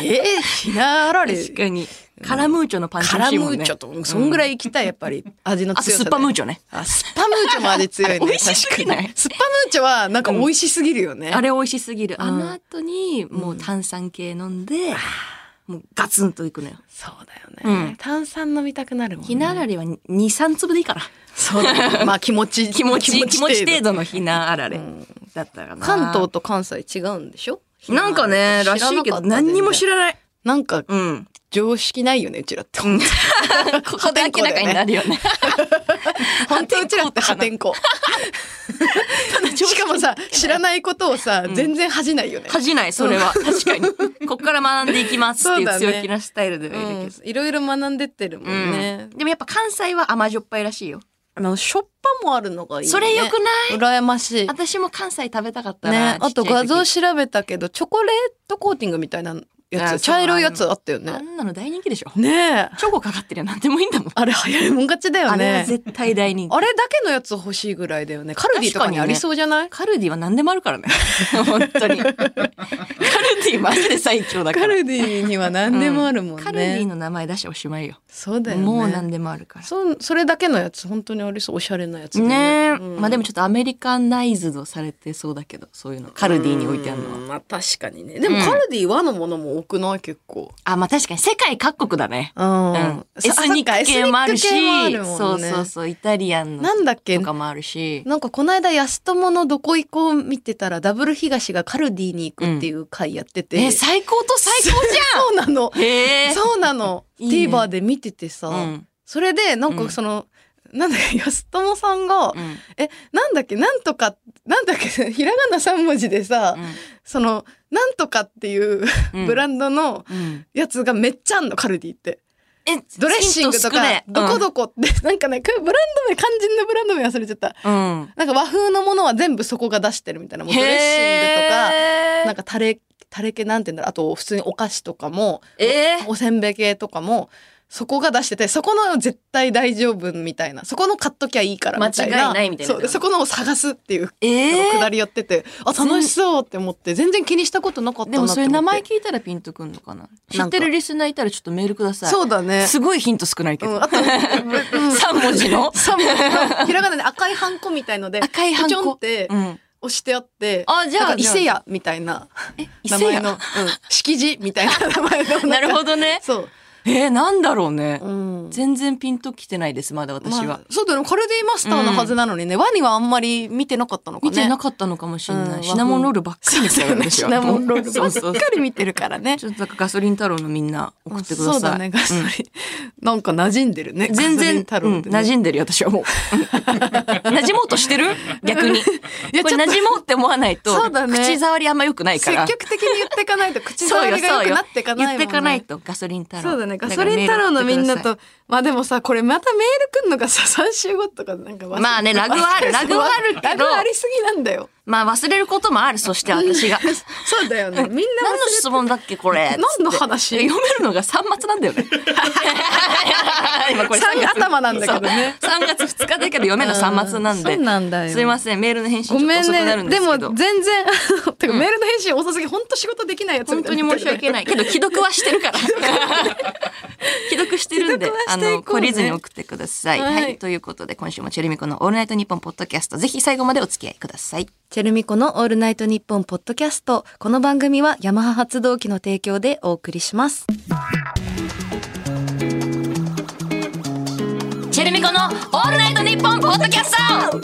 Speaker 2: えー、ひなあられ
Speaker 3: 確かにカラムーチョのパンチ
Speaker 2: カ
Speaker 3: 欲
Speaker 2: ラ
Speaker 3: しい
Speaker 2: ム
Speaker 3: もん
Speaker 2: ー
Speaker 3: ね
Speaker 2: チョとそんぐらい行きたいやっぱり味の
Speaker 3: あと
Speaker 2: 強
Speaker 3: ス
Speaker 2: さ
Speaker 3: ッ
Speaker 2: で
Speaker 3: パムーチョね
Speaker 2: あスッパムーチョもあれ強いね。
Speaker 3: あれ美味しすぎない
Speaker 2: 確かにスッパムーチョはなんか美味しすぎるよね。
Speaker 3: あれ美味しすぎる、
Speaker 2: うん
Speaker 3: あの後にもう炭酸系飲んで、もうガツンといくのよ
Speaker 2: そうだよね、
Speaker 3: うん
Speaker 2: 炭酸飲みたくなるもんね。
Speaker 3: ひなあられは23粒でいいから
Speaker 2: そうだね。まあ気持ち、
Speaker 3: 気持ち気持ち程
Speaker 2: 度。
Speaker 3: 度のひなあられ
Speaker 2: ん
Speaker 3: だったらな
Speaker 2: 関東と関西違うんでしょ
Speaker 3: なんかねらしいけど何にも知
Speaker 2: ら
Speaker 3: らない
Speaker 2: なかった全然なんか
Speaker 3: うん
Speaker 2: 常識ないよね、うちらって。
Speaker 3: こ こだけ中になるよね
Speaker 2: 本当うちらって破天荒。 しかもさ、知らないことをさ、全然恥じないよね。
Speaker 3: 恥じないそれは確かにこっから学んでいきますっ
Speaker 2: そう
Speaker 3: ていう
Speaker 2: だね
Speaker 3: 強気なスタイルではいるけど、
Speaker 2: うんいろいろ学んでってるもんね。
Speaker 3: でもやっぱ関西は甘じょっぱいらしいよ。
Speaker 2: あの、しょっぱもあるのがいい、ね。
Speaker 3: それよくない
Speaker 2: 羨ましい。
Speaker 3: 私も関西食べたかったな
Speaker 2: ね、あと画像
Speaker 3: ちっち
Speaker 2: 調べたけどチョコレートコーティングみたいな
Speaker 3: あそ
Speaker 2: や
Speaker 3: う
Speaker 2: つ茶色いやつあったよ
Speaker 3: ゃい時あ
Speaker 2: ね
Speaker 3: んなの大人気でしょ。
Speaker 2: ねえ
Speaker 3: チョコかかってりゃ何でもいいんだもん。
Speaker 2: あれ流行りもん勝ちだよ
Speaker 3: あれは
Speaker 2: ね
Speaker 3: 絶対大人気。
Speaker 2: あれだけのやつ欲しいぐらいだよねカルディとか
Speaker 3: 確かに
Speaker 2: に
Speaker 3: ね
Speaker 2: ありそうじゃない、
Speaker 3: カルディは何でもあるか らね。本当に。カルディマジで最強だから。
Speaker 2: カルディには何でもあるもんね、
Speaker 3: カルディの名前出しておしまいよ。
Speaker 2: そうだよね
Speaker 3: もう何でもあるから。
Speaker 2: そそれだけのやつ本当にありそうおしゃれなやつだよ
Speaker 3: ねえ、
Speaker 2: うん
Speaker 3: まあでもちょっとアメリカンナイズドされてそうだけど、そういうの。カルディに置いてあるのは。
Speaker 2: うんまあ確かにねでも
Speaker 3: うん
Speaker 2: カルディはのものも多くない結構
Speaker 3: あ、まあ確かに世界各国だね。
Speaker 2: う
Speaker 3: うんん。エ
Speaker 2: さ
Speaker 3: スニック系もあるし、
Speaker 2: エスニック系もあるもんね
Speaker 3: そうそうそう、イタリアンの
Speaker 2: なんだっけ
Speaker 3: とかもあるし。
Speaker 2: なんかこの間安友のどこ行こう見てたらダブル東がカルディに行くっていう回やってて、
Speaker 3: え、最高と最高じゃん
Speaker 2: そうなの。
Speaker 3: へえ。
Speaker 2: そうなの。
Speaker 3: いいね
Speaker 2: TVer で見ててさ、
Speaker 3: うん
Speaker 2: それでなん
Speaker 3: う
Speaker 2: か
Speaker 3: ん
Speaker 2: その、なんだっけ 安友さんが、
Speaker 3: うん
Speaker 2: えなんだっけなんとかなんだっけ ひらがな3文字でさ、そのなんとかっていう
Speaker 3: うん
Speaker 2: ブランドの
Speaker 3: うん
Speaker 2: やつがめっちゃあんのカルディって
Speaker 3: え、
Speaker 2: ドレッシングとか、どこ
Speaker 3: こ
Speaker 2: どこって、なんかねこれブランド名肝心のブランド名忘れちゃった
Speaker 3: うん。
Speaker 2: なんか和風のものは全部そこが出してるみたいなもうドレッシングとか
Speaker 3: へー
Speaker 2: なんかタレタレ系なんて言うんだろうあと普通にお菓子とかも
Speaker 3: えー
Speaker 2: おせんべい系とかもそこが出しててそこの絶対大丈夫みたいなそこの買っときゃいいからみたいな
Speaker 3: 間違いないみたいな
Speaker 2: そうでそこのを探すっていう
Speaker 3: え
Speaker 2: のを下
Speaker 3: ー
Speaker 2: りやってて、あ楽しそうって思って全然気にしたことなかったな
Speaker 3: で
Speaker 2: って思
Speaker 3: も
Speaker 2: って
Speaker 3: それ名前聞いたらピンとくんのかな知
Speaker 2: な
Speaker 3: っ
Speaker 2: んか
Speaker 3: てるリスナーいたらちょっとメールください。
Speaker 2: そうだね
Speaker 3: すごいヒント少ないけ
Speaker 2: う
Speaker 3: ど
Speaker 2: ん、。あ と、うん
Speaker 3: 三文字の
Speaker 2: 三文字 のひらがなで赤いハンコみたいので
Speaker 3: 赤いハンコ
Speaker 2: ちょんって
Speaker 3: うん。
Speaker 2: 押してあって、
Speaker 3: あじゃあ
Speaker 2: なんか伊勢屋みたいな
Speaker 3: え、伊
Speaker 2: 名
Speaker 3: 勢
Speaker 2: 前の、う
Speaker 3: 屋
Speaker 2: ん、敷地み たいな名前のんか
Speaker 3: なるほどね。
Speaker 2: そう、
Speaker 3: えー、なんだろうね。
Speaker 2: うん、
Speaker 3: 全然ピンときてないです、まだ私は
Speaker 2: まあ。そうだよねカルディマスターのはずなのにね、ワニはあんまり見てなかったのかね
Speaker 3: 見てなかったのかもしれな
Speaker 2: うん
Speaker 3: い。シナモンロールばっかりです
Speaker 2: そうだ
Speaker 3: よ
Speaker 2: よね
Speaker 3: 私
Speaker 2: シ
Speaker 3: は
Speaker 2: ナモンロールばっ
Speaker 3: そうそう
Speaker 2: かり見てるからね
Speaker 3: ちょっとなんかガソリン太郎のみんな送ってくださ
Speaker 2: そ
Speaker 3: い。
Speaker 2: うだねガソリン、なんか馴染んでるね
Speaker 3: 全然、
Speaker 2: ガソリン太郎でね
Speaker 3: うん馴染んでるよ、私はもう。 馴染もうとしてる逆に。
Speaker 2: いや
Speaker 3: こ
Speaker 2: ち
Speaker 3: れ
Speaker 2: ょっ
Speaker 3: 馴
Speaker 2: と
Speaker 3: 染もうって思わないと、
Speaker 2: そうだね
Speaker 3: 口触りあんま良くないから。
Speaker 2: 積極的に言ってかないと口
Speaker 3: そう
Speaker 2: 触
Speaker 3: よ
Speaker 2: り
Speaker 3: そ
Speaker 2: が
Speaker 3: う
Speaker 2: 良く
Speaker 3: よ
Speaker 2: なってかないもん、
Speaker 3: 言ってかないと、ガソリン太郎。
Speaker 2: そうだねガソリン太郎のみんなとまあでもさこれまたメールくんのがさ3週後とかなんか忘れ
Speaker 3: まあねラグは あるラグはあるけど
Speaker 2: ラグはありすぎなんだよ
Speaker 3: まあ忘れることもある、そして 私が。
Speaker 2: そうだよねみんな忘れ
Speaker 3: 何の質問だっけ、これ。
Speaker 2: 何の話
Speaker 3: つって読めるのが3月なん だよね。今これ
Speaker 2: 三頭なんだけどね
Speaker 3: 3月2日だけど読めるの3月なんで。
Speaker 2: そうなんだよ
Speaker 3: すいません、メールの返信
Speaker 2: ご
Speaker 3: ちょっと
Speaker 2: めん
Speaker 3: 遅くな
Speaker 2: ね
Speaker 3: るんです
Speaker 2: で
Speaker 3: けど。
Speaker 2: も全然あのてかメールの返信遅すぎ本当仕事できないやつ
Speaker 3: 本
Speaker 2: みた
Speaker 3: 当
Speaker 2: い
Speaker 3: に
Speaker 2: な
Speaker 3: 申し訳ないけど既読はしてるから 既読してるん
Speaker 2: 既
Speaker 3: で、
Speaker 2: 読は
Speaker 3: あ
Speaker 2: していこうね
Speaker 3: の懲りずに送ってください、
Speaker 2: は
Speaker 3: はいいということで今週もチェルミコの「オールナイトニッポン」ポッドキャストぜひ最後までお付き合いください
Speaker 2: チェルミコのオールナイトニッポンポッドキャストこの番組はヤマハ発動機の提供でお送りします
Speaker 3: チェルミコの「オールナイトニッポン」ポッドキャスト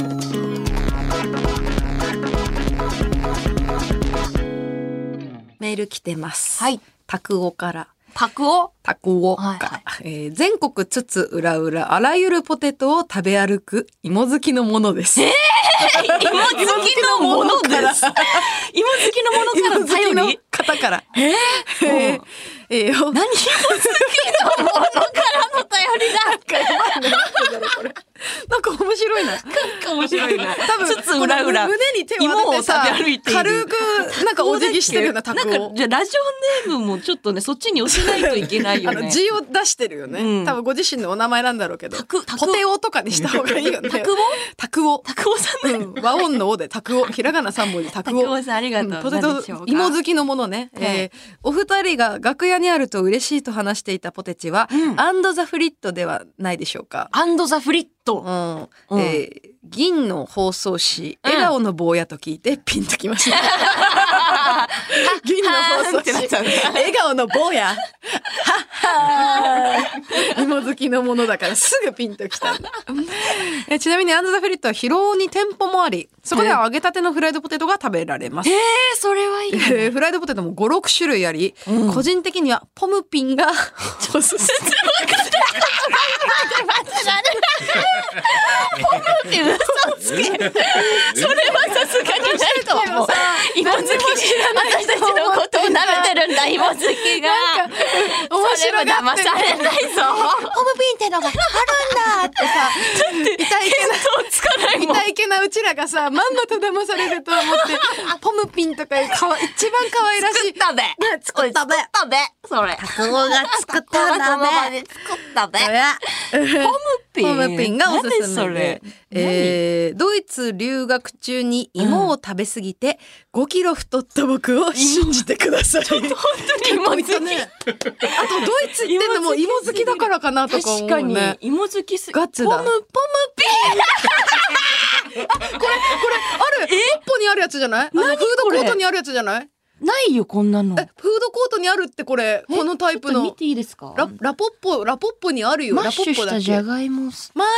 Speaker 2: メール来てます
Speaker 3: はい
Speaker 2: タクオから
Speaker 3: パクを
Speaker 2: タコをか、
Speaker 3: はいは
Speaker 2: えー全国津々浦々あらゆるポテトを食べ歩く芋好きのものです。
Speaker 3: 芋好きのものです。芋好きのもの
Speaker 2: 芋好
Speaker 3: から
Speaker 2: き
Speaker 3: 頼
Speaker 2: の
Speaker 3: り
Speaker 2: 方から。
Speaker 3: えー
Speaker 2: えーえーお
Speaker 3: 何芋好きのものからの頼りだ
Speaker 2: なんか面白いな。
Speaker 3: か面白いな。
Speaker 2: 多分
Speaker 3: つつ裏裏。
Speaker 2: この胸に手を当ててさ
Speaker 3: 芋を食べ歩いている
Speaker 2: 軽くなんかお辞儀してるようなタコ
Speaker 3: なん
Speaker 2: を
Speaker 3: かじゃあラジオネームもちょっとね、そっちに押せないといけないよ
Speaker 2: あの
Speaker 3: ね。
Speaker 2: 字を出してるよね、
Speaker 3: うん
Speaker 2: 多分ご自身のお名前なんだろうけど
Speaker 3: タクタク
Speaker 2: ポテオとかにした方がいいよね
Speaker 3: タクオ
Speaker 2: タクオ
Speaker 3: たくおさん
Speaker 2: う
Speaker 3: ね。
Speaker 2: ん和音の「お」でタ クオひらがな3文字タ
Speaker 3: た
Speaker 2: ク
Speaker 3: く
Speaker 2: オ
Speaker 3: おさんありがと
Speaker 2: う
Speaker 3: う。
Speaker 2: んポテ
Speaker 3: 何
Speaker 2: ト
Speaker 3: でしょうか
Speaker 2: 芋好きのものね、
Speaker 3: はい
Speaker 2: えーお二人が楽屋にあると嬉しいと話していたポテチは、
Speaker 3: うん
Speaker 2: アンド・ザ・フリットではないでしょうか、
Speaker 3: アンドザフリッ
Speaker 2: う
Speaker 3: ト。
Speaker 2: ん
Speaker 3: うん
Speaker 2: えー銀の包装紙
Speaker 3: うん
Speaker 2: 笑顔の坊やと聞いて ピンときました銀の包装紙笑顔の坊やはっはー芋好きのものだからすぐピンときたんだ えちなみにアンド・ザ・フリットは広尾に店舗もありそこでは揚げたてのフライドポテトが食べられます
Speaker 3: えー、それはいいね。
Speaker 2: えーフライドポテトも56種類あり、
Speaker 3: うん
Speaker 2: 個人的にはポムピン がおすすめ
Speaker 3: 嘘つけ。それはさすがにないと思う。芋好き私たちのことを舐めてるんだ、芋好きが。
Speaker 2: 面
Speaker 3: それ
Speaker 2: 白
Speaker 3: は
Speaker 2: が
Speaker 3: 騙
Speaker 2: ってる
Speaker 3: されないぞ。ホムピンってのがあるんだってさ、
Speaker 2: 痛いけな
Speaker 3: そうつかないもん。
Speaker 2: 痛いけなうちらがさまんまと騙されると思 ってポムピンとかかわ一番可愛らしい
Speaker 3: たべ。作ったべ。たべ。それ。タコが作ったんだべ。作ったべ。ホムピン。
Speaker 2: ポムピンがおす
Speaker 3: 何
Speaker 2: す
Speaker 3: そ
Speaker 2: めで
Speaker 3: れ。、
Speaker 2: えードイツ留学中に芋を食べ過ぎて5キロ太った僕を信じてください。
Speaker 3: 芋好き。
Speaker 2: あとドイツ行ってんのも芋好きだからかなとか思う
Speaker 3: 確
Speaker 2: ね。
Speaker 3: かに芋好きす。
Speaker 2: ガチだ
Speaker 3: ポムポムピ
Speaker 2: ある一歩にあるやつじゃないあのフードコートにあるやつじゃない
Speaker 3: ン。ないよこんなの。
Speaker 2: えフードコートにあるってこれこのタイプ
Speaker 3: ちょっと
Speaker 2: の
Speaker 3: 見ていいですか。
Speaker 2: ララポッポラポッポにあるよ
Speaker 3: マ
Speaker 2: ラ
Speaker 3: ッ
Speaker 2: ポ
Speaker 3: シ
Speaker 2: ッ
Speaker 3: ュ
Speaker 2: ポ
Speaker 3: し
Speaker 2: だ
Speaker 3: た
Speaker 2: っ
Speaker 3: じ
Speaker 2: け
Speaker 3: ゃがいもす。
Speaker 2: 丸い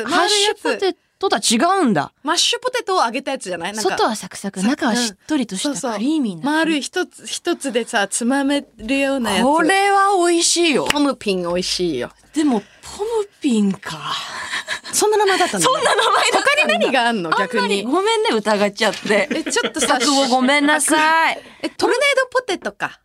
Speaker 2: やつ
Speaker 3: ハ
Speaker 2: 丸
Speaker 3: ッシュポ
Speaker 2: いやつ
Speaker 3: テトとは違うんだ。
Speaker 2: マッシュポテトを揚げたやつじゃないなんか
Speaker 3: 外はサクサク、中はしっとりと
Speaker 2: そう
Speaker 3: し
Speaker 2: そ
Speaker 3: た
Speaker 2: う
Speaker 3: クリーミーな。
Speaker 2: 丸い一つ一つでさつまめるようなやつ
Speaker 3: これは美味しいよ。
Speaker 2: ポムピン美味しいよ
Speaker 3: でも、ポムピン か。
Speaker 2: そんな名前だったのそんな
Speaker 3: 名前だ
Speaker 2: 他に何があんの
Speaker 3: あん
Speaker 2: 逆
Speaker 3: まり
Speaker 2: に
Speaker 3: ごめんね、疑っちゃって。
Speaker 2: えちょっとさ
Speaker 3: 作語ごめんな さい。
Speaker 2: えトルネードポテトか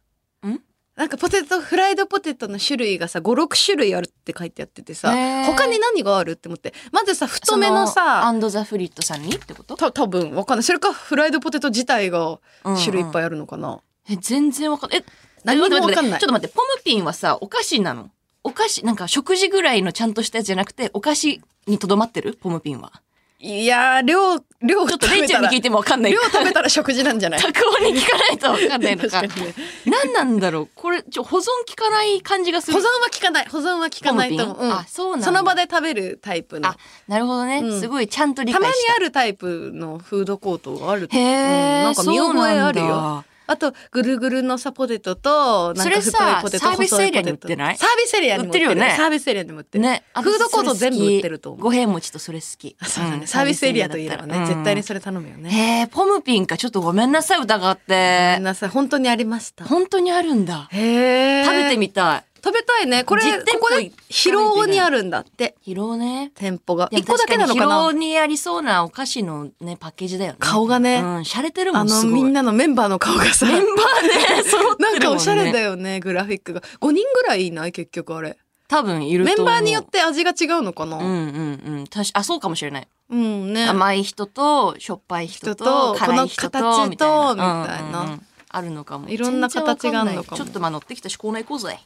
Speaker 3: ん
Speaker 2: なんかポテトフライドポテトの種類がさ56種類あるって書いてあっててさ、
Speaker 3: ねえ
Speaker 2: 他に何があるって思ってまずさ太めの
Speaker 3: ア
Speaker 2: さ
Speaker 3: ンドザフリットさんにってこと
Speaker 2: た多分わかんないそれかフライドポテト自体が種類いっぱ
Speaker 3: い。
Speaker 2: いあるのかな、
Speaker 3: え、全然わかんない。え、
Speaker 2: 何にもわかんない
Speaker 3: ちょっと待って、ポムピンはさ、お菓子なのお菓子、なんか食事ぐらいのちゃんとしたやつじゃなくて、お菓子にとどまってるポムピンは。
Speaker 2: いやー量量
Speaker 3: ちょ
Speaker 2: 食
Speaker 3: っとレイ
Speaker 2: べ
Speaker 3: ち
Speaker 2: た
Speaker 3: ゃんに
Speaker 2: ら
Speaker 3: 聞いてもわかんない
Speaker 2: 量。食べたら食事なんじゃない
Speaker 3: 作語に聞かないとわかんない の
Speaker 2: 確
Speaker 3: か
Speaker 2: か。にね
Speaker 3: 何なんだろうこれ、ちょ、保存効かない感じがす
Speaker 2: 保
Speaker 3: る。
Speaker 2: 存は効かない保存は効かないと思う、
Speaker 3: ポムピ
Speaker 2: う
Speaker 3: ン
Speaker 2: ん
Speaker 3: あそうなんだ
Speaker 2: その場で食べるタイプの
Speaker 3: あ、なるほどね。
Speaker 2: うん
Speaker 3: すごい、ちゃんと理
Speaker 2: た
Speaker 3: 解
Speaker 2: まに
Speaker 3: した。
Speaker 2: あるタイプのフードコートがある
Speaker 3: へえ、
Speaker 2: うんなんか見覚えある
Speaker 3: そうな
Speaker 2: よ
Speaker 3: んだ。
Speaker 2: あとぐるぐるのさポテトとなん
Speaker 3: そ
Speaker 2: か
Speaker 3: れ
Speaker 2: 太
Speaker 3: さ
Speaker 2: いポテト
Speaker 3: サービス
Speaker 2: 細い
Speaker 3: エリア
Speaker 2: ポ
Speaker 3: に
Speaker 2: テ
Speaker 3: 売っ
Speaker 2: ト
Speaker 3: てない
Speaker 2: サービスエリアにも売ってる
Speaker 3: 売ってるよね
Speaker 2: サービスエリアにも売ってる、
Speaker 3: ね、あ
Speaker 2: フードコート全部売ってると思う
Speaker 3: 五平餅とそれ好き。
Speaker 2: あそうだね、
Speaker 3: ん
Speaker 2: サービスエリアといえばね、絶対に
Speaker 3: そ
Speaker 2: それ頼むよね、
Speaker 3: へえ、ポムピンか。ちょっとごめんなさい、疑っ
Speaker 2: ごめ
Speaker 3: て
Speaker 2: ん。なさい本当にありました
Speaker 3: 本当にあるんだ。
Speaker 2: へ
Speaker 3: 食べて
Speaker 2: み
Speaker 3: みたい。
Speaker 2: 食べたいねこれ
Speaker 3: 実店舗
Speaker 2: ここで広尾にあるんだって
Speaker 3: 広尾ね。
Speaker 2: 店舗が
Speaker 3: でも
Speaker 2: 一個だけなのか
Speaker 3: 確に
Speaker 2: な
Speaker 3: 広尾にありそうなお菓子のね、パッケージだよね。
Speaker 2: 顔がね
Speaker 3: うん、洒落てるも
Speaker 2: あ
Speaker 3: ん、
Speaker 2: の
Speaker 3: すごい。
Speaker 2: みん なのメンバーの顔がさ
Speaker 3: メンバーね、揃ってるもん
Speaker 2: な
Speaker 3: ね。
Speaker 2: んかおしゃれだよねグラフィックが5人ぐらいいない結局あれ
Speaker 3: 多分いると
Speaker 2: メ
Speaker 3: 思
Speaker 2: ン
Speaker 3: う。
Speaker 2: バーによって味が違うのかな
Speaker 3: うんうんうん。確かあ、そうかもしれない。
Speaker 2: うんね
Speaker 3: 甘い人と、しょっぱい人
Speaker 2: 人
Speaker 3: と、
Speaker 2: と
Speaker 3: 辛い人
Speaker 2: この
Speaker 3: と、
Speaker 2: 形
Speaker 3: みたいな。
Speaker 2: とみたいな
Speaker 3: うんうんうんあるのかも。
Speaker 2: いろんな形があるのかも
Speaker 3: 全然わんないちょっとまあ乗ってきたし、コーナー行こうぜ。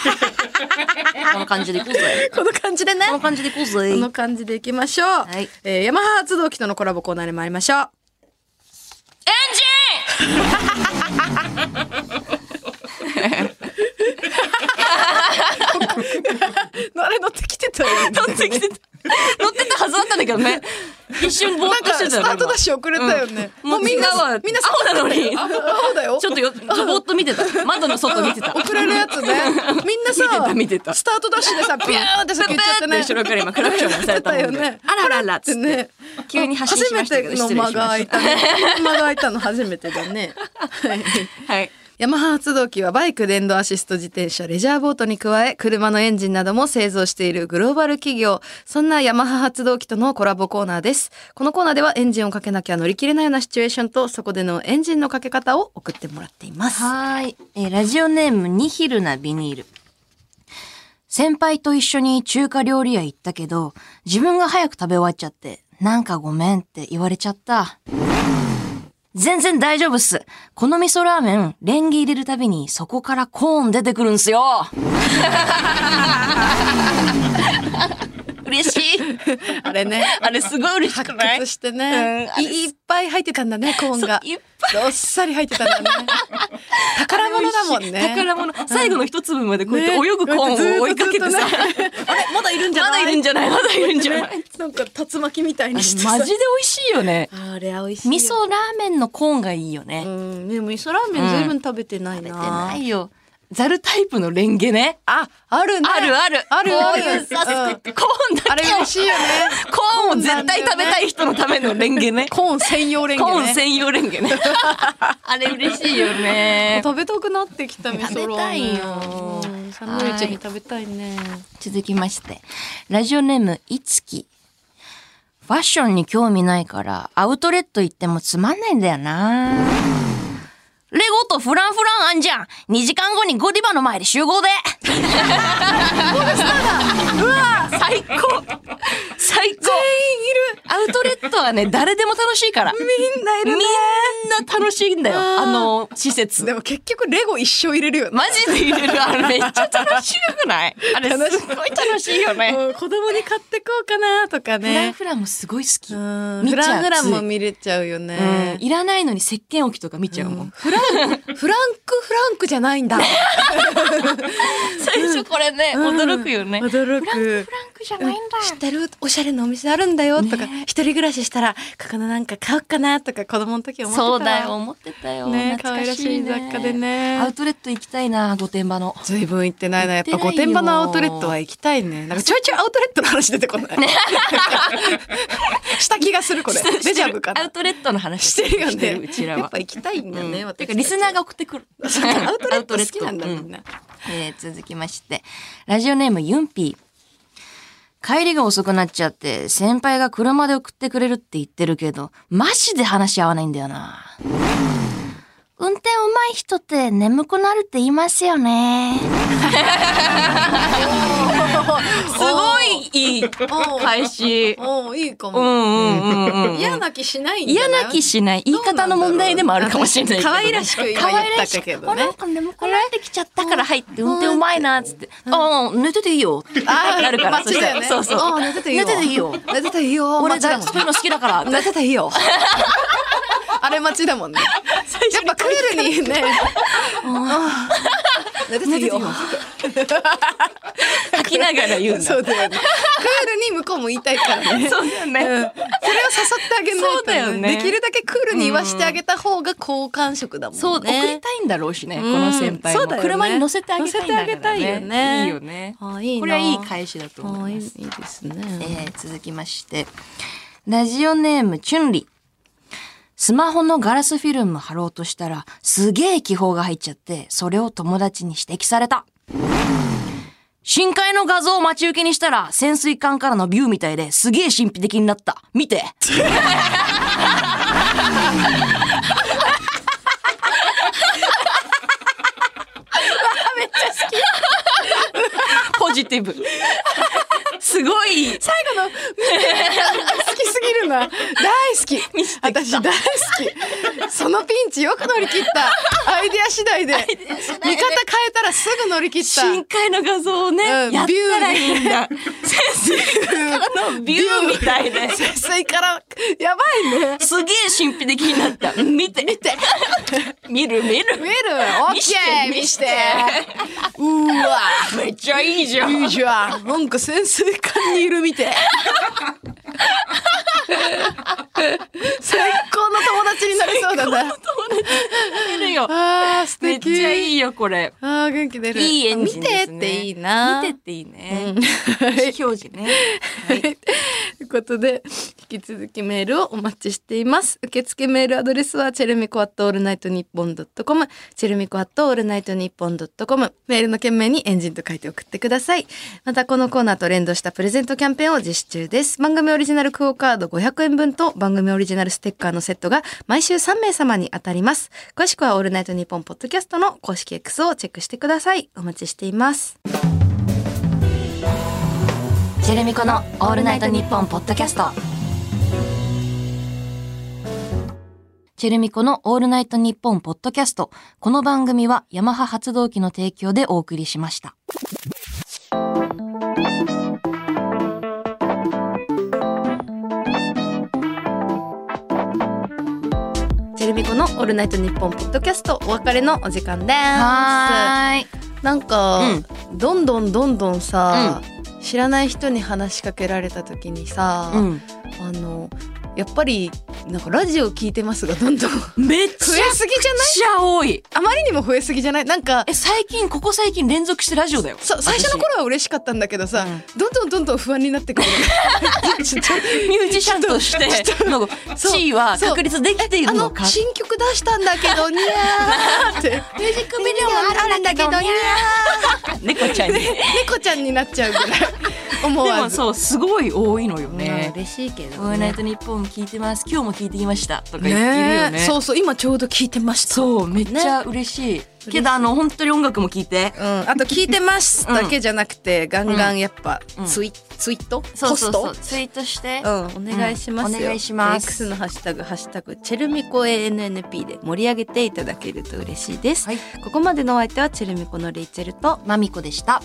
Speaker 3: この感じで行こうぜ。
Speaker 2: この感じでね
Speaker 3: この感じで行こう
Speaker 2: こ
Speaker 3: ぜ
Speaker 2: の。感じでいきましょう、
Speaker 3: はい
Speaker 2: えーヤマハ発動機とのコラボコーナーに参りましょうあれ乗ってきてたよね
Speaker 3: 乗ってきてた。乗ってたはずだったんだけどね。一瞬ぼー
Speaker 2: な
Speaker 3: っ
Speaker 2: ん
Speaker 3: と
Speaker 2: か
Speaker 3: し
Speaker 2: ス
Speaker 3: てたよ
Speaker 2: タ
Speaker 3: ね。
Speaker 2: ートダッシュ遅れたよね、
Speaker 3: 今もうみんなは、
Speaker 2: みんな
Speaker 3: 青なのに。
Speaker 2: 青だよ
Speaker 3: ちょっとよ、ちょぼーっと見てた。窓の外見て た。
Speaker 2: 遅れるやつねみんなさ
Speaker 3: 見てた見てた
Speaker 2: スタートダッシュ でさピューンってさ言っちゃってね
Speaker 3: ペーって後ろから今クラクションがされたもんで
Speaker 2: 言ってよね
Speaker 3: あらららっつ
Speaker 2: で
Speaker 3: って
Speaker 2: ね
Speaker 3: 急に発信しましたけど
Speaker 2: 初めての間が
Speaker 3: 失
Speaker 2: 空
Speaker 3: 礼
Speaker 2: い
Speaker 3: しま
Speaker 2: たね間が空いたの初めてだねはい
Speaker 3: はい。
Speaker 2: ヤマハ発動機はバイク、電動アシスト自転車、レジャーボートに加え、車のエンジンなども製造しているグローバル企業。そんなヤマハ発動機とのコラボコーナーです。このコーナーではエンジンをかけなきゃ乗り切れないようなシチュエーションと、そこでのエンジンのかけ方を送ってもらっています。
Speaker 3: はい。えーラジオネーム、ニヒルなビニール。先輩と一緒に中華料理屋行ったけど、自分が早く食べ終わっちゃって、なんかごめんって言われちゃった。全然大丈夫っす。この味噌ラーメン、レンゲ入れるたびにそこからコーン出てくるんすよ。嬉しい。
Speaker 2: あれね。
Speaker 3: あれすごい嬉しくない
Speaker 2: 発掘してね、
Speaker 3: うんあれ
Speaker 2: い。いっぱい入ってたんだね、コーンが。
Speaker 3: そういっ
Speaker 2: どっさり入ってたんだね。 宝物だもんね。
Speaker 3: 宝物。最後の一粒までこうやって泳ぐコ
Speaker 2: ね
Speaker 3: ーンを追いかけてさ。
Speaker 2: ずーっとずーっとねあれまだいるんじゃ
Speaker 3: ま
Speaker 2: な
Speaker 3: だ
Speaker 2: い
Speaker 3: いるんじゃないまだいるんじ ゃない
Speaker 2: ねなんか竜巻みたい
Speaker 3: マ
Speaker 2: にして
Speaker 3: ジで
Speaker 2: さ
Speaker 3: 美味しいよね。
Speaker 2: あれは美味しいよ
Speaker 3: 味噌ラーメンのコーンがいいよね。
Speaker 2: うんでも味噌ラーメンずいぶん食べてないな、
Speaker 3: 食べてないよ。ザルタイプのレンゲね。
Speaker 2: ああるね
Speaker 3: あるある。
Speaker 2: あるある
Speaker 3: コーンさ
Speaker 2: う
Speaker 3: コーンだけ
Speaker 2: あれ嬉しいよね
Speaker 3: コーンを絶対食べたい人のためのレンゲね。
Speaker 2: コーン専用レンゲね
Speaker 3: コーン専用レンゲね。あれ嬉しいよね。
Speaker 2: 食べたくなってきた味噌ラーメン
Speaker 3: 食べたいよ
Speaker 2: うんサンドイッチに食べたいね
Speaker 3: 続きまして、ラジオネーム、いつき。ファッションに興味ないから、アウトレット行ってもつまんないんだよなレゴとフランフランあんじゃん !2 時間後にゴディバの前で集合でうわ最高最高アウトレットはね、誰でも楽しいから。
Speaker 2: みんない
Speaker 3: みんな楽しいんだよ、あの、施設。
Speaker 2: でも結局レゴ一生入れるよね
Speaker 3: マジで入れるあれめっちゃ楽しくないあれす
Speaker 2: 楽しい
Speaker 3: ごい楽しいよね。
Speaker 2: うん子供に買ってこうかなとか
Speaker 3: フラン
Speaker 2: ね
Speaker 3: フランもすごい好き。
Speaker 2: うん
Speaker 3: 見
Speaker 2: フ
Speaker 3: ちゃ
Speaker 2: ラ
Speaker 3: う
Speaker 2: ンフランも見れちゃうよね、
Speaker 3: いらないのに石鹸置きとか見ちゃうもん。
Speaker 2: フランフランクフランクじゃないんだ
Speaker 3: 最初これね、驚くよね。
Speaker 2: うん 驚く
Speaker 3: フランクじゃないんだ。
Speaker 2: 知ってるおしゃれなお店あるんだよとか、
Speaker 3: ね
Speaker 2: 一人暮らししたらここのなんか買おうかなとか子供の時思ってた
Speaker 3: そうだよ、思ってたよ。
Speaker 2: ね
Speaker 3: 懐かしいね
Speaker 2: 可愛らしい雑貨でね
Speaker 3: アウトレット行きたいな、御殿場の。
Speaker 2: ずいぶん行ってないなやっぱ
Speaker 3: 行
Speaker 2: 御
Speaker 3: ってないよ
Speaker 2: 殿場のアウトレットは行きたいねなんかちょいちょいアウトレットの話出てこない した気がするこれデジャブか
Speaker 3: ア
Speaker 2: な
Speaker 3: ウトレットの話
Speaker 2: してるよね
Speaker 3: うちら
Speaker 2: やっ
Speaker 3: は
Speaker 2: ぱ。行きたいんだね、
Speaker 3: うん
Speaker 2: 私
Speaker 3: て
Speaker 2: たち
Speaker 3: かリスナーが送ってくる。
Speaker 2: そうか アウトレット好きなんだ
Speaker 3: アウ
Speaker 2: み
Speaker 3: トレット
Speaker 2: んな、
Speaker 3: えー続きまして、ラジオネームユンピー。帰りが遅くなっちゃって、先輩が車で送ってくれるって言ってるけど、マジで話し合わないんだよな。運転上手い人って眠くなるって言いますよね。 すごいいい返し。
Speaker 2: おーいいか
Speaker 3: うんう
Speaker 2: も、
Speaker 3: んうんうん。
Speaker 2: 嫌な気しないんじゃ
Speaker 3: 嫌
Speaker 2: ない
Speaker 3: な気しない。言い方の問題でもあるかもしれないけど。
Speaker 2: 可愛らしく今言ったけどね
Speaker 3: 可愛らしくあなんか眠くなってきちゃったから入って、運転うまいな、つって。ああ、寝てていいよ。
Speaker 2: あー
Speaker 3: なるから
Speaker 2: 間違いだよね
Speaker 3: そうそう
Speaker 2: あー寝てていいよ
Speaker 3: 寝てていいよ
Speaker 2: 寝てていいよ
Speaker 3: 俺、
Speaker 2: 街だも
Speaker 3: だ
Speaker 2: ん
Speaker 3: そういうの好きだから。
Speaker 2: 寝てていいよあれ待ちだもんねやっぱクールにね寝てていいよ
Speaker 3: 吐きながら言うんだ。
Speaker 2: そうだよねクールに向こうも言いたいからね
Speaker 3: そうだよね
Speaker 2: んそれを誘ってあげない
Speaker 3: そうだよ
Speaker 2: と
Speaker 3: ね
Speaker 2: ねできるだけクールに言わしてあげた方が好感触だもんね
Speaker 3: そう、送りたいんだろうしね、こ
Speaker 2: ん
Speaker 3: の先輩も。
Speaker 2: そうだよね
Speaker 3: 車に乗せてあげたいんだか
Speaker 2: 乗せ
Speaker 3: ら、ね。
Speaker 2: てあげたいよね
Speaker 3: いいよね。
Speaker 2: あーいいな
Speaker 3: これはいい返しだと思い
Speaker 2: あー
Speaker 3: ます
Speaker 2: いい。いいですね
Speaker 3: えー続きまして、ラジオネーム、チュンリ。スマホのガラスフィルム貼ろうとしたら、すげえ気泡が入っちゃって、それを友達に指摘された。深海の画像を待ち受けにしたら、潜水艦からのビューみたいですげえ神秘的になった。見 てポジティブ。すごい
Speaker 2: 最後の見て好きすぎるな大好き私大好きそのピンチよく乗り切ったアイデア次第で味方変えたらすぐ乗り切った
Speaker 3: 深海の画像をね、
Speaker 2: うん
Speaker 3: やったらいいんだ。ビューみたいで。
Speaker 2: 潜水からやばいね
Speaker 3: すげえ神秘的になった。見て。見て。見る見
Speaker 2: 見
Speaker 3: る。
Speaker 2: るオッケー見
Speaker 3: 見し
Speaker 2: しててうーわ
Speaker 3: めっちゃいいじゃん。
Speaker 2: いいじゃんなんか潜水艦にいるみ て最高の友達になりそうだな
Speaker 3: 見るよ。
Speaker 2: あー素
Speaker 3: めっ
Speaker 2: 敵
Speaker 3: ちゃいいよ、これ。
Speaker 2: あー元気出る
Speaker 3: いいエンジン
Speaker 2: 見
Speaker 3: で
Speaker 2: て
Speaker 3: すね。
Speaker 2: っていいな
Speaker 3: 見てっていいね。意思表示ね。
Speaker 2: はいという ことで引き続きメールをお待ちしています受付メールアドレスはチェルミコアットオールナイトニッポンドットコムチェルミコアットオールナイトニッポンドットコムメールの件名にエンジンと書いて送ってくださいまたこのコーナーと連動したプレゼントキャンペーンを実施中です番組オリジナルクオカード500円分と番組オリジナルステッカーのセットが毎週3名様に当たります詳しくはオールナイトニッポンポッドキャストの公式 X をチェックしてくださいお待ちしています
Speaker 3: チェルミコのオールナイトニッポンポッドキャストチェルミコのオールナイトニッポンポッドキャストこの番組はヤマハ発動機の提供でお送りしました
Speaker 2: チェルミコのオールナイトニッポンポッドキャストお別れのお時間です
Speaker 3: い
Speaker 2: なんか、どんどんどんどんさ、知らない人に話しかけられた時にさ、
Speaker 3: うん
Speaker 2: あのやっぱりなんかラジオ聞いてますがどんど ん増
Speaker 3: めっちゃ
Speaker 2: えすぎじゃない
Speaker 3: ちゃ多い
Speaker 2: あまりにも増えすぎじゃないなんか
Speaker 3: え最近ここ最近連続してラジオだよ
Speaker 2: そ最初の頃は嬉しかったんだけどさ、
Speaker 3: う
Speaker 2: どんどんどんどん不安になって くるのねちょっと
Speaker 3: 私ミュージシャンとしての
Speaker 2: そう
Speaker 3: 地位は
Speaker 2: そう
Speaker 3: 確立できているの
Speaker 2: あ
Speaker 3: か
Speaker 2: の新曲出したんだけどにゃー ってミュージックビデオもあるんだけどにゃ
Speaker 3: 猫ちゃんにで
Speaker 2: ー猫ちゃんになっちゃうぐらい思わ
Speaker 3: も
Speaker 2: ず
Speaker 3: そうすごい多いのよね
Speaker 2: 嬉しいけ
Speaker 3: 「オールナイトニッポン」聞いてます今日も聞いてきましたとか言ってるよ
Speaker 2: ね
Speaker 3: ね
Speaker 2: えそうそう今ちょうど聞いてました
Speaker 3: そうめっちゃ嬉しい、けどあの本当に音楽も聞いて
Speaker 2: うん、あと聞いてますだけじゃなくて、ガンガンやっぱ
Speaker 3: うん
Speaker 2: ツイ、ツイートポスト
Speaker 3: そうそうそうツイートして、
Speaker 2: うん、お願いしますよ、
Speaker 3: うんお願いします
Speaker 2: X のハッシュタグ「ハッシュタグチェルミコ ANNP」で盛り上げていただけると嬉しいです、
Speaker 3: はい
Speaker 2: ここまでのお相手はチェルミコのレイチェルと
Speaker 3: まみこでした